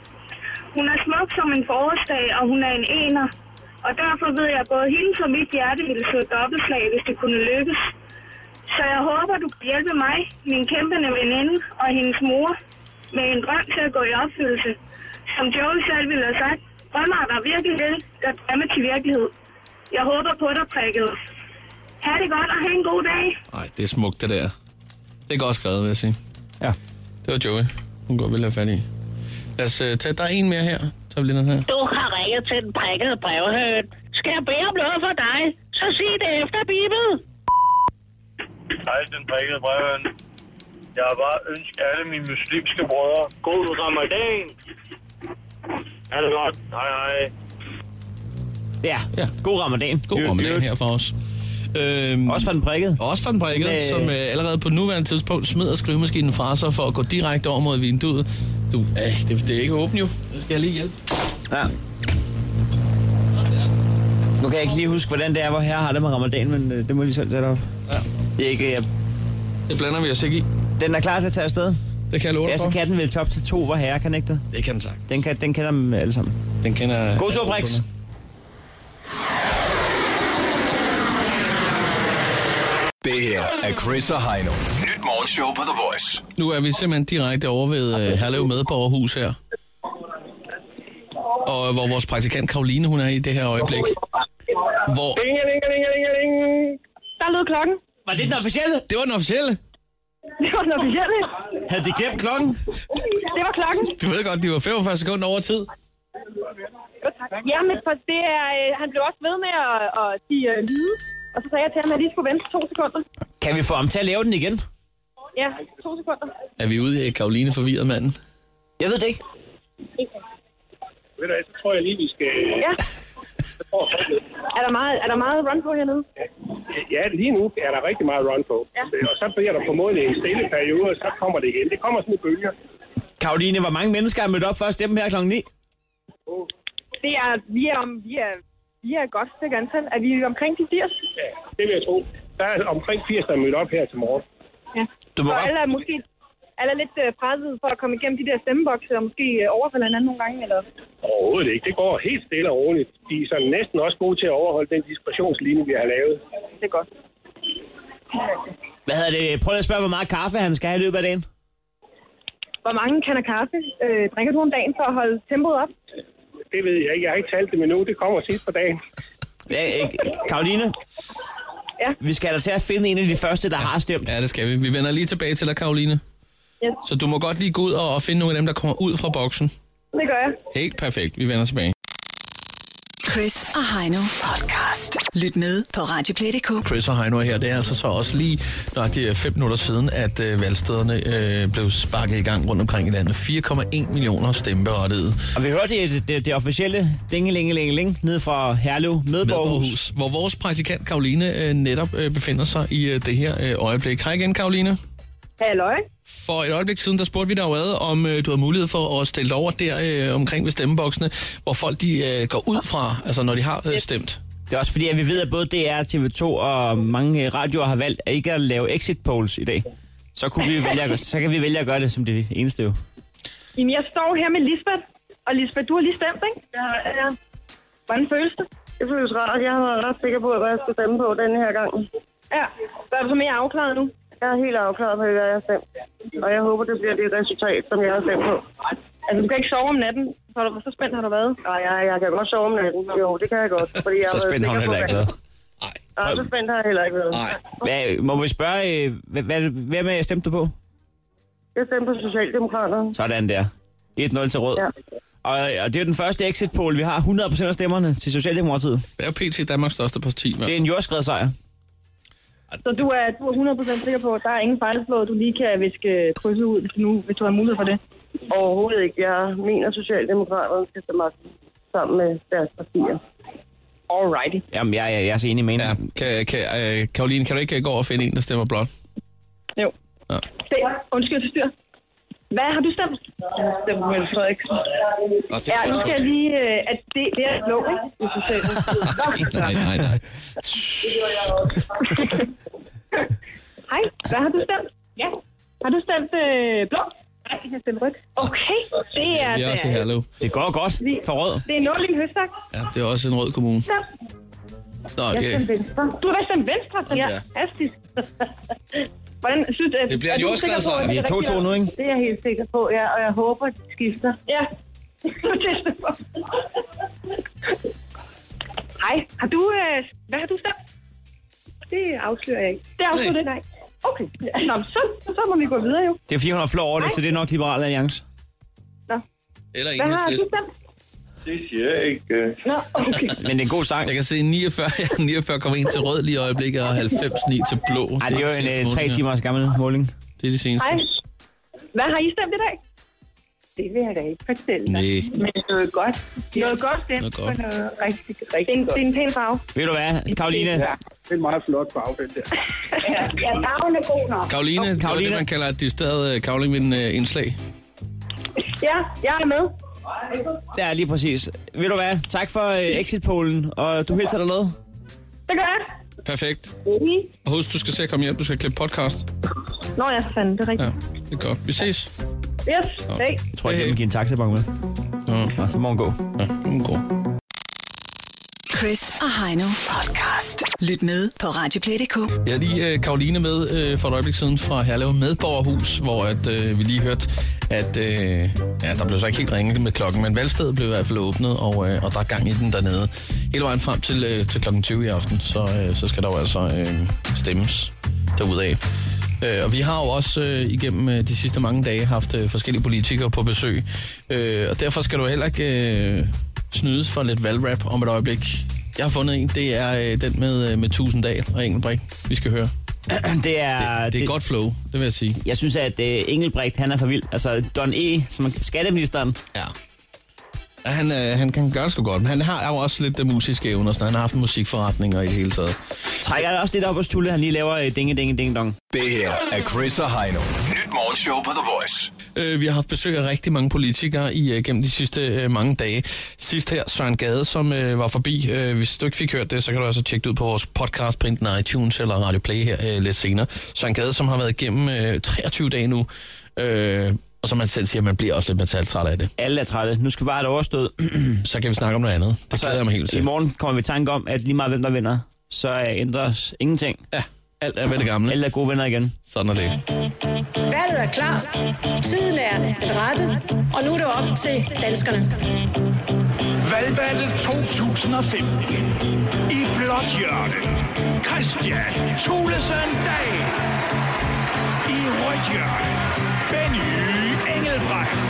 Speaker 16: Hun er smuk som en forårsdag, og hun er en ener. Og derfor ved jeg, at både hendes og mit hjerte ville slå dobbeltslag, hvis det kunne lykkes. Så jeg håber, du kan hjælpe mig, min kæmpende veninde og hendes mor, med en drøm til at gå i opfyldelse. Som Joey selv ville have sagt, drømmer er der virkelig det, der drømmer til virkelighed. Jeg håber på dig, prikket. Ha' det godt, og have en god dag.
Speaker 3: Nej, det er smukt, det der. Det er godt skrevet, vil jeg sige.
Speaker 4: Ja.
Speaker 3: Det var Joey. Hun går vel have fat i. Lad os øh, tage, der er en mere her. Tag lige den her.
Speaker 13: Du har ringet til den prikkede brevhøn. Skal jeg bede om noget for dig, så sig det efter Bibel.
Speaker 17: Hej, den prikkede brevhøn. Jeg har bare ønsket alle mine muslimske brødre god ramadan. Ha' det godt. Hej, hej.
Speaker 4: Ja, ja. god ramadan.
Speaker 3: God ramadan her for os. Øhm,
Speaker 4: også for den prikket.
Speaker 3: Også for den prikket,
Speaker 4: Næh.
Speaker 3: som øh, allerede på nuværende tidspunkt smider skrivemaskinen fra sig for at gå direkte over mod vinduet. Du, øh, det, det er ikke åbent jo. Nu skal jeg lige hjælpe.
Speaker 4: Ja. Nu kan jeg ikke lige huske, hvordan det er, hvor her har det med ramadan, men øh, det må jeg lige selv sætte op.
Speaker 3: Ja.
Speaker 4: Det er ikke... Jeg...
Speaker 3: Det blander vi os ikke i.
Speaker 4: Den er klar til at tage afsted.
Speaker 3: Det kan jeg love dig
Speaker 4: Ja, så
Speaker 3: for.
Speaker 4: kan den vel top til to, hvor herre kan ikke det?
Speaker 3: Det kan den sagt.
Speaker 4: Den, kan, den kender dem alle sammen.
Speaker 3: Den kender...
Speaker 4: God tur, Brix.
Speaker 6: Det her er Chris og Heino. Nyt morgenshow på The Voice.
Speaker 3: Nu er vi simpelthen direkte over ved øh, Herlev Medborgerhus her. Og øh, hvor vores praktikant Karoline, hun er i det her øjeblik. Hvor...
Speaker 9: Ding, ding, ding, ding, ding. Der lød klokken.
Speaker 4: Var det den officielle?
Speaker 3: Det var den officielle.
Speaker 9: Det var den officielle.
Speaker 4: Havde de glemt klokken?
Speaker 9: Det var klokken.
Speaker 3: Du ved godt, de var 45 sekunder over tid.
Speaker 9: Jamen, for det er, øh, han blev også ved med at, at sige øh, lyde.
Speaker 7: Og så sagde jeg til ham, at jeg lige skulle vente to sekunder.
Speaker 4: Kan vi få ham til at lave den igen?
Speaker 7: Ja, to sekunder.
Speaker 3: Er vi ude i at Karoline forvirret manden?
Speaker 4: Jeg ved det ikke.
Speaker 17: Ved du hvad, så tror jeg lige, vi skal...
Speaker 7: Ja. Er der meget, er der meget run på hernede?
Speaker 17: Ja, lige nu er der rigtig meget run på. Ja. Og så bliver der formodentlig en stille periode, og så kommer det igen. Det kommer sådan i bølger.
Speaker 4: Karoline, hvor mange mennesker er mødt op for at stemme her klokken 9?
Speaker 7: Det er, vi er, om, vi er, vi er et godt stykke antal. Er vi omkring de 80?
Speaker 17: Ja, det vil jeg tro. Der er omkring 80, der er mødt op her til morgen.
Speaker 7: Ja.
Speaker 17: Du må
Speaker 7: og
Speaker 17: op.
Speaker 7: alle er måske alle er lidt øh, presset for at komme igennem de der stemmebokse, og måske øh, overfalde hinanden nogle gange. Eller...
Speaker 17: Overhovedet ikke. Det går helt stille og roligt. De er sådan næsten også gode til at overholde den diskretionslinje, vi har lavet.
Speaker 7: Det er godt.
Speaker 4: Hvad hedder det? Prøv lige at spørge, hvor meget kaffe han skal have i løbet af dagen.
Speaker 7: Hvor mange kander kaffe øh, drikker du om dagen for at holde tempoet op?
Speaker 17: Det ved jeg ikke. Jeg har ikke talt det med nu. Det kommer sidst på dagen.
Speaker 4: Ja, øh, Karoline?
Speaker 7: Ja.
Speaker 4: Vi skal da til at finde en af de første, der har stemt.
Speaker 3: Ja, det skal vi. Vi vender lige tilbage til dig, Karoline.
Speaker 7: Yes.
Speaker 3: Så du må godt lige gå ud og, og finde nogle af dem, der kommer ud fra boksen.
Speaker 7: Det gør jeg.
Speaker 3: Helt perfekt. Vi vender tilbage.
Speaker 2: Chris og Heino podcast. Lyt med på Radioplay.dk.
Speaker 3: Chris og Heino er her. Det er altså så også lige nøjagtigt 5 minutter siden, at øh, valgstederne øh, blev sparket i gang rundt omkring i landet. 4,1 millioner stemmeberettigede.
Speaker 4: Og vi hørte det, det, det officielle dingelingelingeling ned fra Herlev Medborghus.
Speaker 3: Hvor vores praktikant Karoline øh, netop øh, befinder sig i øh, det her øh, øjeblik. Hej igen, Karoline.
Speaker 7: Halløj.
Speaker 3: For et øjeblik siden, der spurgte vi dig jo ad, om øh, du havde mulighed for at stille dig over der øh, omkring ved stemmeboksene, hvor folk de øh, går ud fra, altså når de har øh, stemt.
Speaker 4: Det er også fordi, at vi ved, at både DR, TV2 og mange øh, radioer har valgt at ikke at lave exit polls i dag. Så, kunne vi vælge at, gø- så kan vi vælge at gøre det som det eneste jo.
Speaker 7: Jamen, jeg står her med Lisbeth. Og Lisbeth, du har lige stemt, ikke? Ja, ja. Hvordan føles det?
Speaker 18: Det føles rart. Jeg var ret sikker på, hvad jeg skulle stemme på denne her gang.
Speaker 7: Ja. Så er du så mere afklaret nu?
Speaker 18: Jeg er helt afklaret på, hvad jeg har stemt. Og jeg håber, det bliver det resultat, som jeg har stemt på.
Speaker 7: Altså, du kan ikke sove om natten. Så, er du, så spændt har du været?
Speaker 18: Nej, jeg, jeg kan godt sove om natten. Jo, det kan jeg godt. Fordi jeg
Speaker 4: Så
Speaker 18: har været
Speaker 4: spændende har hun
Speaker 18: sikker på,
Speaker 4: heller ikke
Speaker 18: hvad-
Speaker 4: været.
Speaker 18: Nej, så spændt har jeg heller ikke været.
Speaker 4: Hvad, må vi spørge, øh, hvad, hvad, hvem øh, stemte du på?
Speaker 18: Jeg stemte på Socialdemokraterne.
Speaker 4: Sådan der. 1-0 til rød.
Speaker 18: Ja.
Speaker 4: Og, og det er jo den første exit poll, vi har 100% af stemmerne til Socialdemokratiet.
Speaker 3: Det er PT Danmarks største parti.
Speaker 4: Det er en jordskredsejr.
Speaker 7: Så du er, du er 100% sikker på, at der er ingen fejlslået, du lige kan viske krydset ud, hvis, nu, hvis du har mulighed for det?
Speaker 18: Overhovedet ikke. Jeg mener, Socialdemokraterne skal stå magten sammen med deres partier.
Speaker 7: Alrighty.
Speaker 4: Jamen, jeg, jeg, jeg er så enig med
Speaker 3: ja, kan, kan, øh, Karoline, kan du ikke gå over og finde en, der stemmer blot?
Speaker 7: Jo.
Speaker 3: Ja.
Speaker 7: Det, undskyld, jeg forstyrrer. Hvad har du stemt? Jeg har stemt på Mette Frederiksen.
Speaker 3: er
Speaker 7: Ja, nu skal jeg lige... øh, at det, det er blå, ikke? Det er Socialdemokratiet. Nå.
Speaker 3: *laughs* Nej, nej, nej.
Speaker 7: Hej, hvad har du stemt? Ja. Har du stemt øh, blå? Nej, jeg har stemt rødt. Okay, det er...
Speaker 3: Vi er også i
Speaker 7: det er-
Speaker 3: Herlev.
Speaker 4: Det går godt for rød.
Speaker 7: Det er Nåling Høstak.
Speaker 3: Ja, det er også en rød kommune.
Speaker 7: Stemt.
Speaker 3: Nå,
Speaker 7: Jeg
Speaker 3: okay.
Speaker 7: stemte venstre. Du har da stemt venstre, så ja.
Speaker 3: Ja.
Speaker 7: Fantastisk. *laughs* Hvordan synes du...
Speaker 3: Det bliver
Speaker 7: er
Speaker 3: en
Speaker 7: du sikker
Speaker 3: jordskredser.
Speaker 7: på, at det
Speaker 4: Vi er
Speaker 7: rigtigt
Speaker 4: 2-2 nu, ikke?
Speaker 18: Det er jeg helt sikker på, ja, og jeg håber, at det skifter.
Speaker 7: Ja. *laughs* Hej, har du... Øh, hvad har du stemt? Det afslører jeg ikke. Det afslører det, nej. Okay, Nå, men så, så må vi gå videre jo.
Speaker 4: Det er 400 flår over det, så det er nok Liberal Alliance.
Speaker 7: Nå.
Speaker 3: Eller
Speaker 7: Hvad har du
Speaker 3: enhedslisten.
Speaker 7: stemt?
Speaker 3: Det siger jeg ikke.
Speaker 7: Nå,
Speaker 3: *laughs*
Speaker 7: okay.
Speaker 4: Men det er en god sang.
Speaker 3: Jeg kan se *laughs* 49, 49,1 til rød lige i øjeblikket, og 90,9 til blå.
Speaker 4: Ej, det er jo en, øh, tre timers gammel måling.
Speaker 3: Det er det seneste.
Speaker 7: Hej. Hvad har I stemt i dag? Det vil jeg da ikke fortælle
Speaker 3: dig. Nej.
Speaker 7: Men noget godt. Noget godt stemt
Speaker 4: Noget godt.
Speaker 7: på noget rigtig, rigtig det er, en- Det er en pæn farve.
Speaker 4: Ved du hvad, Karoline?
Speaker 7: Ja,
Speaker 17: det er en meget flot farve, den der.
Speaker 7: Ja, farven er god nok.
Speaker 3: Karoline, det var det, man kalder et distilleret øh, kavlingvindindslag.
Speaker 7: Ja, jeg er med.
Speaker 4: Ja, lige præcis. Ved du hvad, tak for øh, exit-polen, og du hilser dig noget.
Speaker 7: Det gør jeg.
Speaker 3: Perfekt. Og husk, du skal se at komme hjem. Du skal klippe podcast.
Speaker 7: Nå ja, for fanden, det er rigtigt.
Speaker 3: Det er godt. Vi ses.
Speaker 7: Ja. Yes, hey.
Speaker 4: Jeg tror ikke, jeg vil give en taxabon med. Nå, så må hun gå.
Speaker 3: Ja, hun gå.
Speaker 2: Chris og Heino podcast. Lyt med på Radioplay.dk.
Speaker 3: Jeg har lige øh, Karoline med øh, for et øjeblik siden fra Herlev Medborgerhus, hvor at, øh, vi lige hørte, at øh, ja, der blev så ikke helt ringet med klokken, men valgstedet blev i hvert fald åbnet, og, øh, og der er gang i den dernede. Hele vejen frem til, øh, til klokken 20 i aften, så, øh, så skal der jo altså øh, stemmes derudaf. Øh, og vi har jo også øh, igennem øh, de sidste mange dage haft øh, forskellige politikere på besøg, øh, og derfor skal du heller ikke øh, snydes for lidt valgrap om et øjeblik. Jeg har fundet en. Det er øh, den med, øh, med 1000 dage og Engelbrek, vi skal høre.
Speaker 4: *clears throat* det er... Det, det er
Speaker 3: godt flow, det vil jeg sige.
Speaker 4: Jeg synes, at uh, Engelbrecht, han er for vild. Altså, Don E., som er skatteministeren.
Speaker 3: Ja. Han, øh, han kan gøre det sgu godt, men han har jo også lidt det musiske evner, så han har haft musikforretninger i det hele taget.
Speaker 4: Trækker det også lidt op hos Tulle, han lige laver øh, dinge, dinge, ding, dong.
Speaker 6: Det her er Chris og Heino. Nyt morgenshow på The Voice.
Speaker 3: Øh, vi har haft besøg af rigtig mange politikere i, øh, gennem de sidste øh, mange dage. Sidst her Søren Gade, som øh, var forbi. Øh, hvis du ikke fik hørt det, så kan du altså tjekke det ud på vores podcast på enten iTunes eller Radio Play her øh, lidt senere. Søren Gade, som har været igennem øh, 23 dage nu. Øh, og som man selv siger, man bliver også lidt metaltræt af det.
Speaker 4: Alle er trætte. Nu skal vi bare have det overstået.
Speaker 3: *clears throat* så kan vi snakke om noget andet. Det glæder jeg mig helt til.
Speaker 4: I morgen kommer vi i tanke om, at lige meget hvem der vinder, så øh, ændres ingenting.
Speaker 3: Ja, alt er ved det gamle.
Speaker 4: Alle er gode venner igen.
Speaker 3: Sådan er det.
Speaker 19: Valget er klar, tiden er den rette, og nu er det op til danskerne.
Speaker 9: Valgvalget 2015. I blåt hjørne. Christian Thulesen Dahl. I rødt hjørne. Benny Engelbrecht.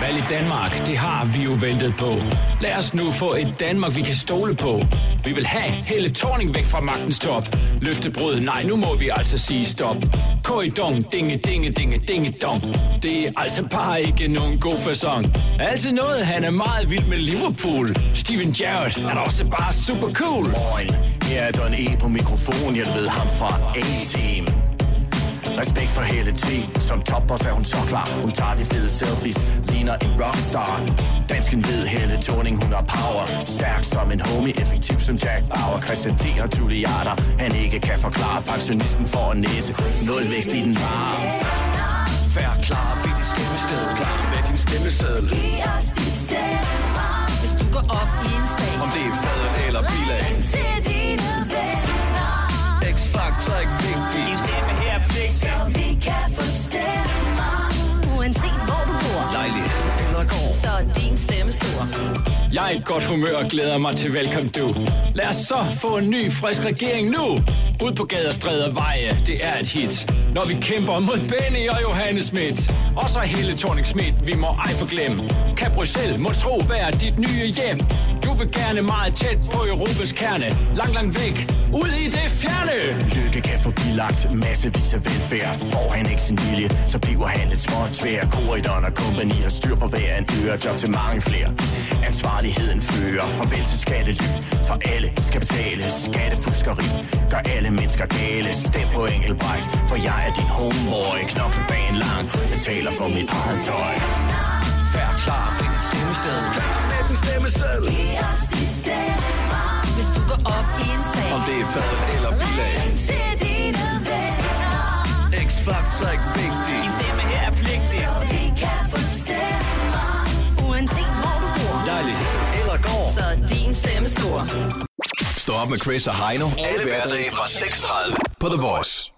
Speaker 20: Valg i Danmark, det har vi jo ventet på. Lad os nu få et Danmark, vi kan stole på. Vi vil have hele Torning væk fra magtens top. Løftebrød, nej, nu må vi altså sige stop. Korridong, dinge, dinge, dinge, dinge, dong. Det er altså bare ikke nogen god fasong. Altså noget, han er meget vild med Liverpool. Steven Gerrard er da også bare super cool.
Speaker 21: Morgen. Her er Don E på mikrofon, jeg ved ham fra A-Team. Respekt for hele T, som topper er hun så klar Hun tager de fede selfies, ligner en rockstar Dansken ved hele Torning, hun har power Stærk som en homie, effektiv som Jack Bauer Christian T og Juliater, han ikke kan forklare Pensionisten får en næse, nul vækst i den varme
Speaker 22: Vær klar ved dit stemmested. Klar med din stemmeseddel. Giv os dit stemmer. Hvis du går op i en sag.
Speaker 21: Om det er faden eller bilag.
Speaker 22: Ring til dine venner.
Speaker 21: X-Factor er ikke vigtigt.
Speaker 22: Din stemme her er vigtig. Så vi kan få stemmer. Uanset hvor du bor.
Speaker 21: Lejlighed eller gård.
Speaker 22: Så er din stemme stor.
Speaker 20: Jeg er i godt humør og glæder mig til velkommen du. Lad os så få en ny, frisk regering nu. Ud på gader, stræder, veje, det er et hit. Når vi kæmper mod Benny og Johannes Schmidt. Og så hele Torning Schmidt, vi må ej forglemme. Kan Bruxelles, må tro, være dit nye hjem. Du vil gerne meget tæt på Europas kerne. Langt, langt væk, ud i det fjerne.
Speaker 21: Lykke kan få bilagt massevis af velfærd. Får han ikke sin vilje, så bliver han lidt småt svær. Korridoren og kompagni har styr på hver en øre. Job til mange flere. Ansvarligheden fører. Farvel til skattely. For alle skal betale skattefuskeri. Gør alle mennesker gale. Stem på Engelbrecht, for jeg er din homeboy. Knokle bagen lang. Jeg taler for mit eget tøj.
Speaker 22: Vær klar, find et stemmested.
Speaker 21: Klar med den stemmeseddel.
Speaker 22: Giv os dit stemmer. Hvis du går op i en sag.
Speaker 21: Om det er fadet eller bilag.
Speaker 22: Ring til dine venner.
Speaker 21: X-Factor er ikke vigtigt.
Speaker 22: Din stemme her er pligtig. Så vi kan få stemmer. Uanset hvor du bor.
Speaker 21: Lejlighed eller gård.
Speaker 22: Så er din stemme stor.
Speaker 6: Stå op med Chris og Heino. Alle hverdage fra 6.30 på The Voice.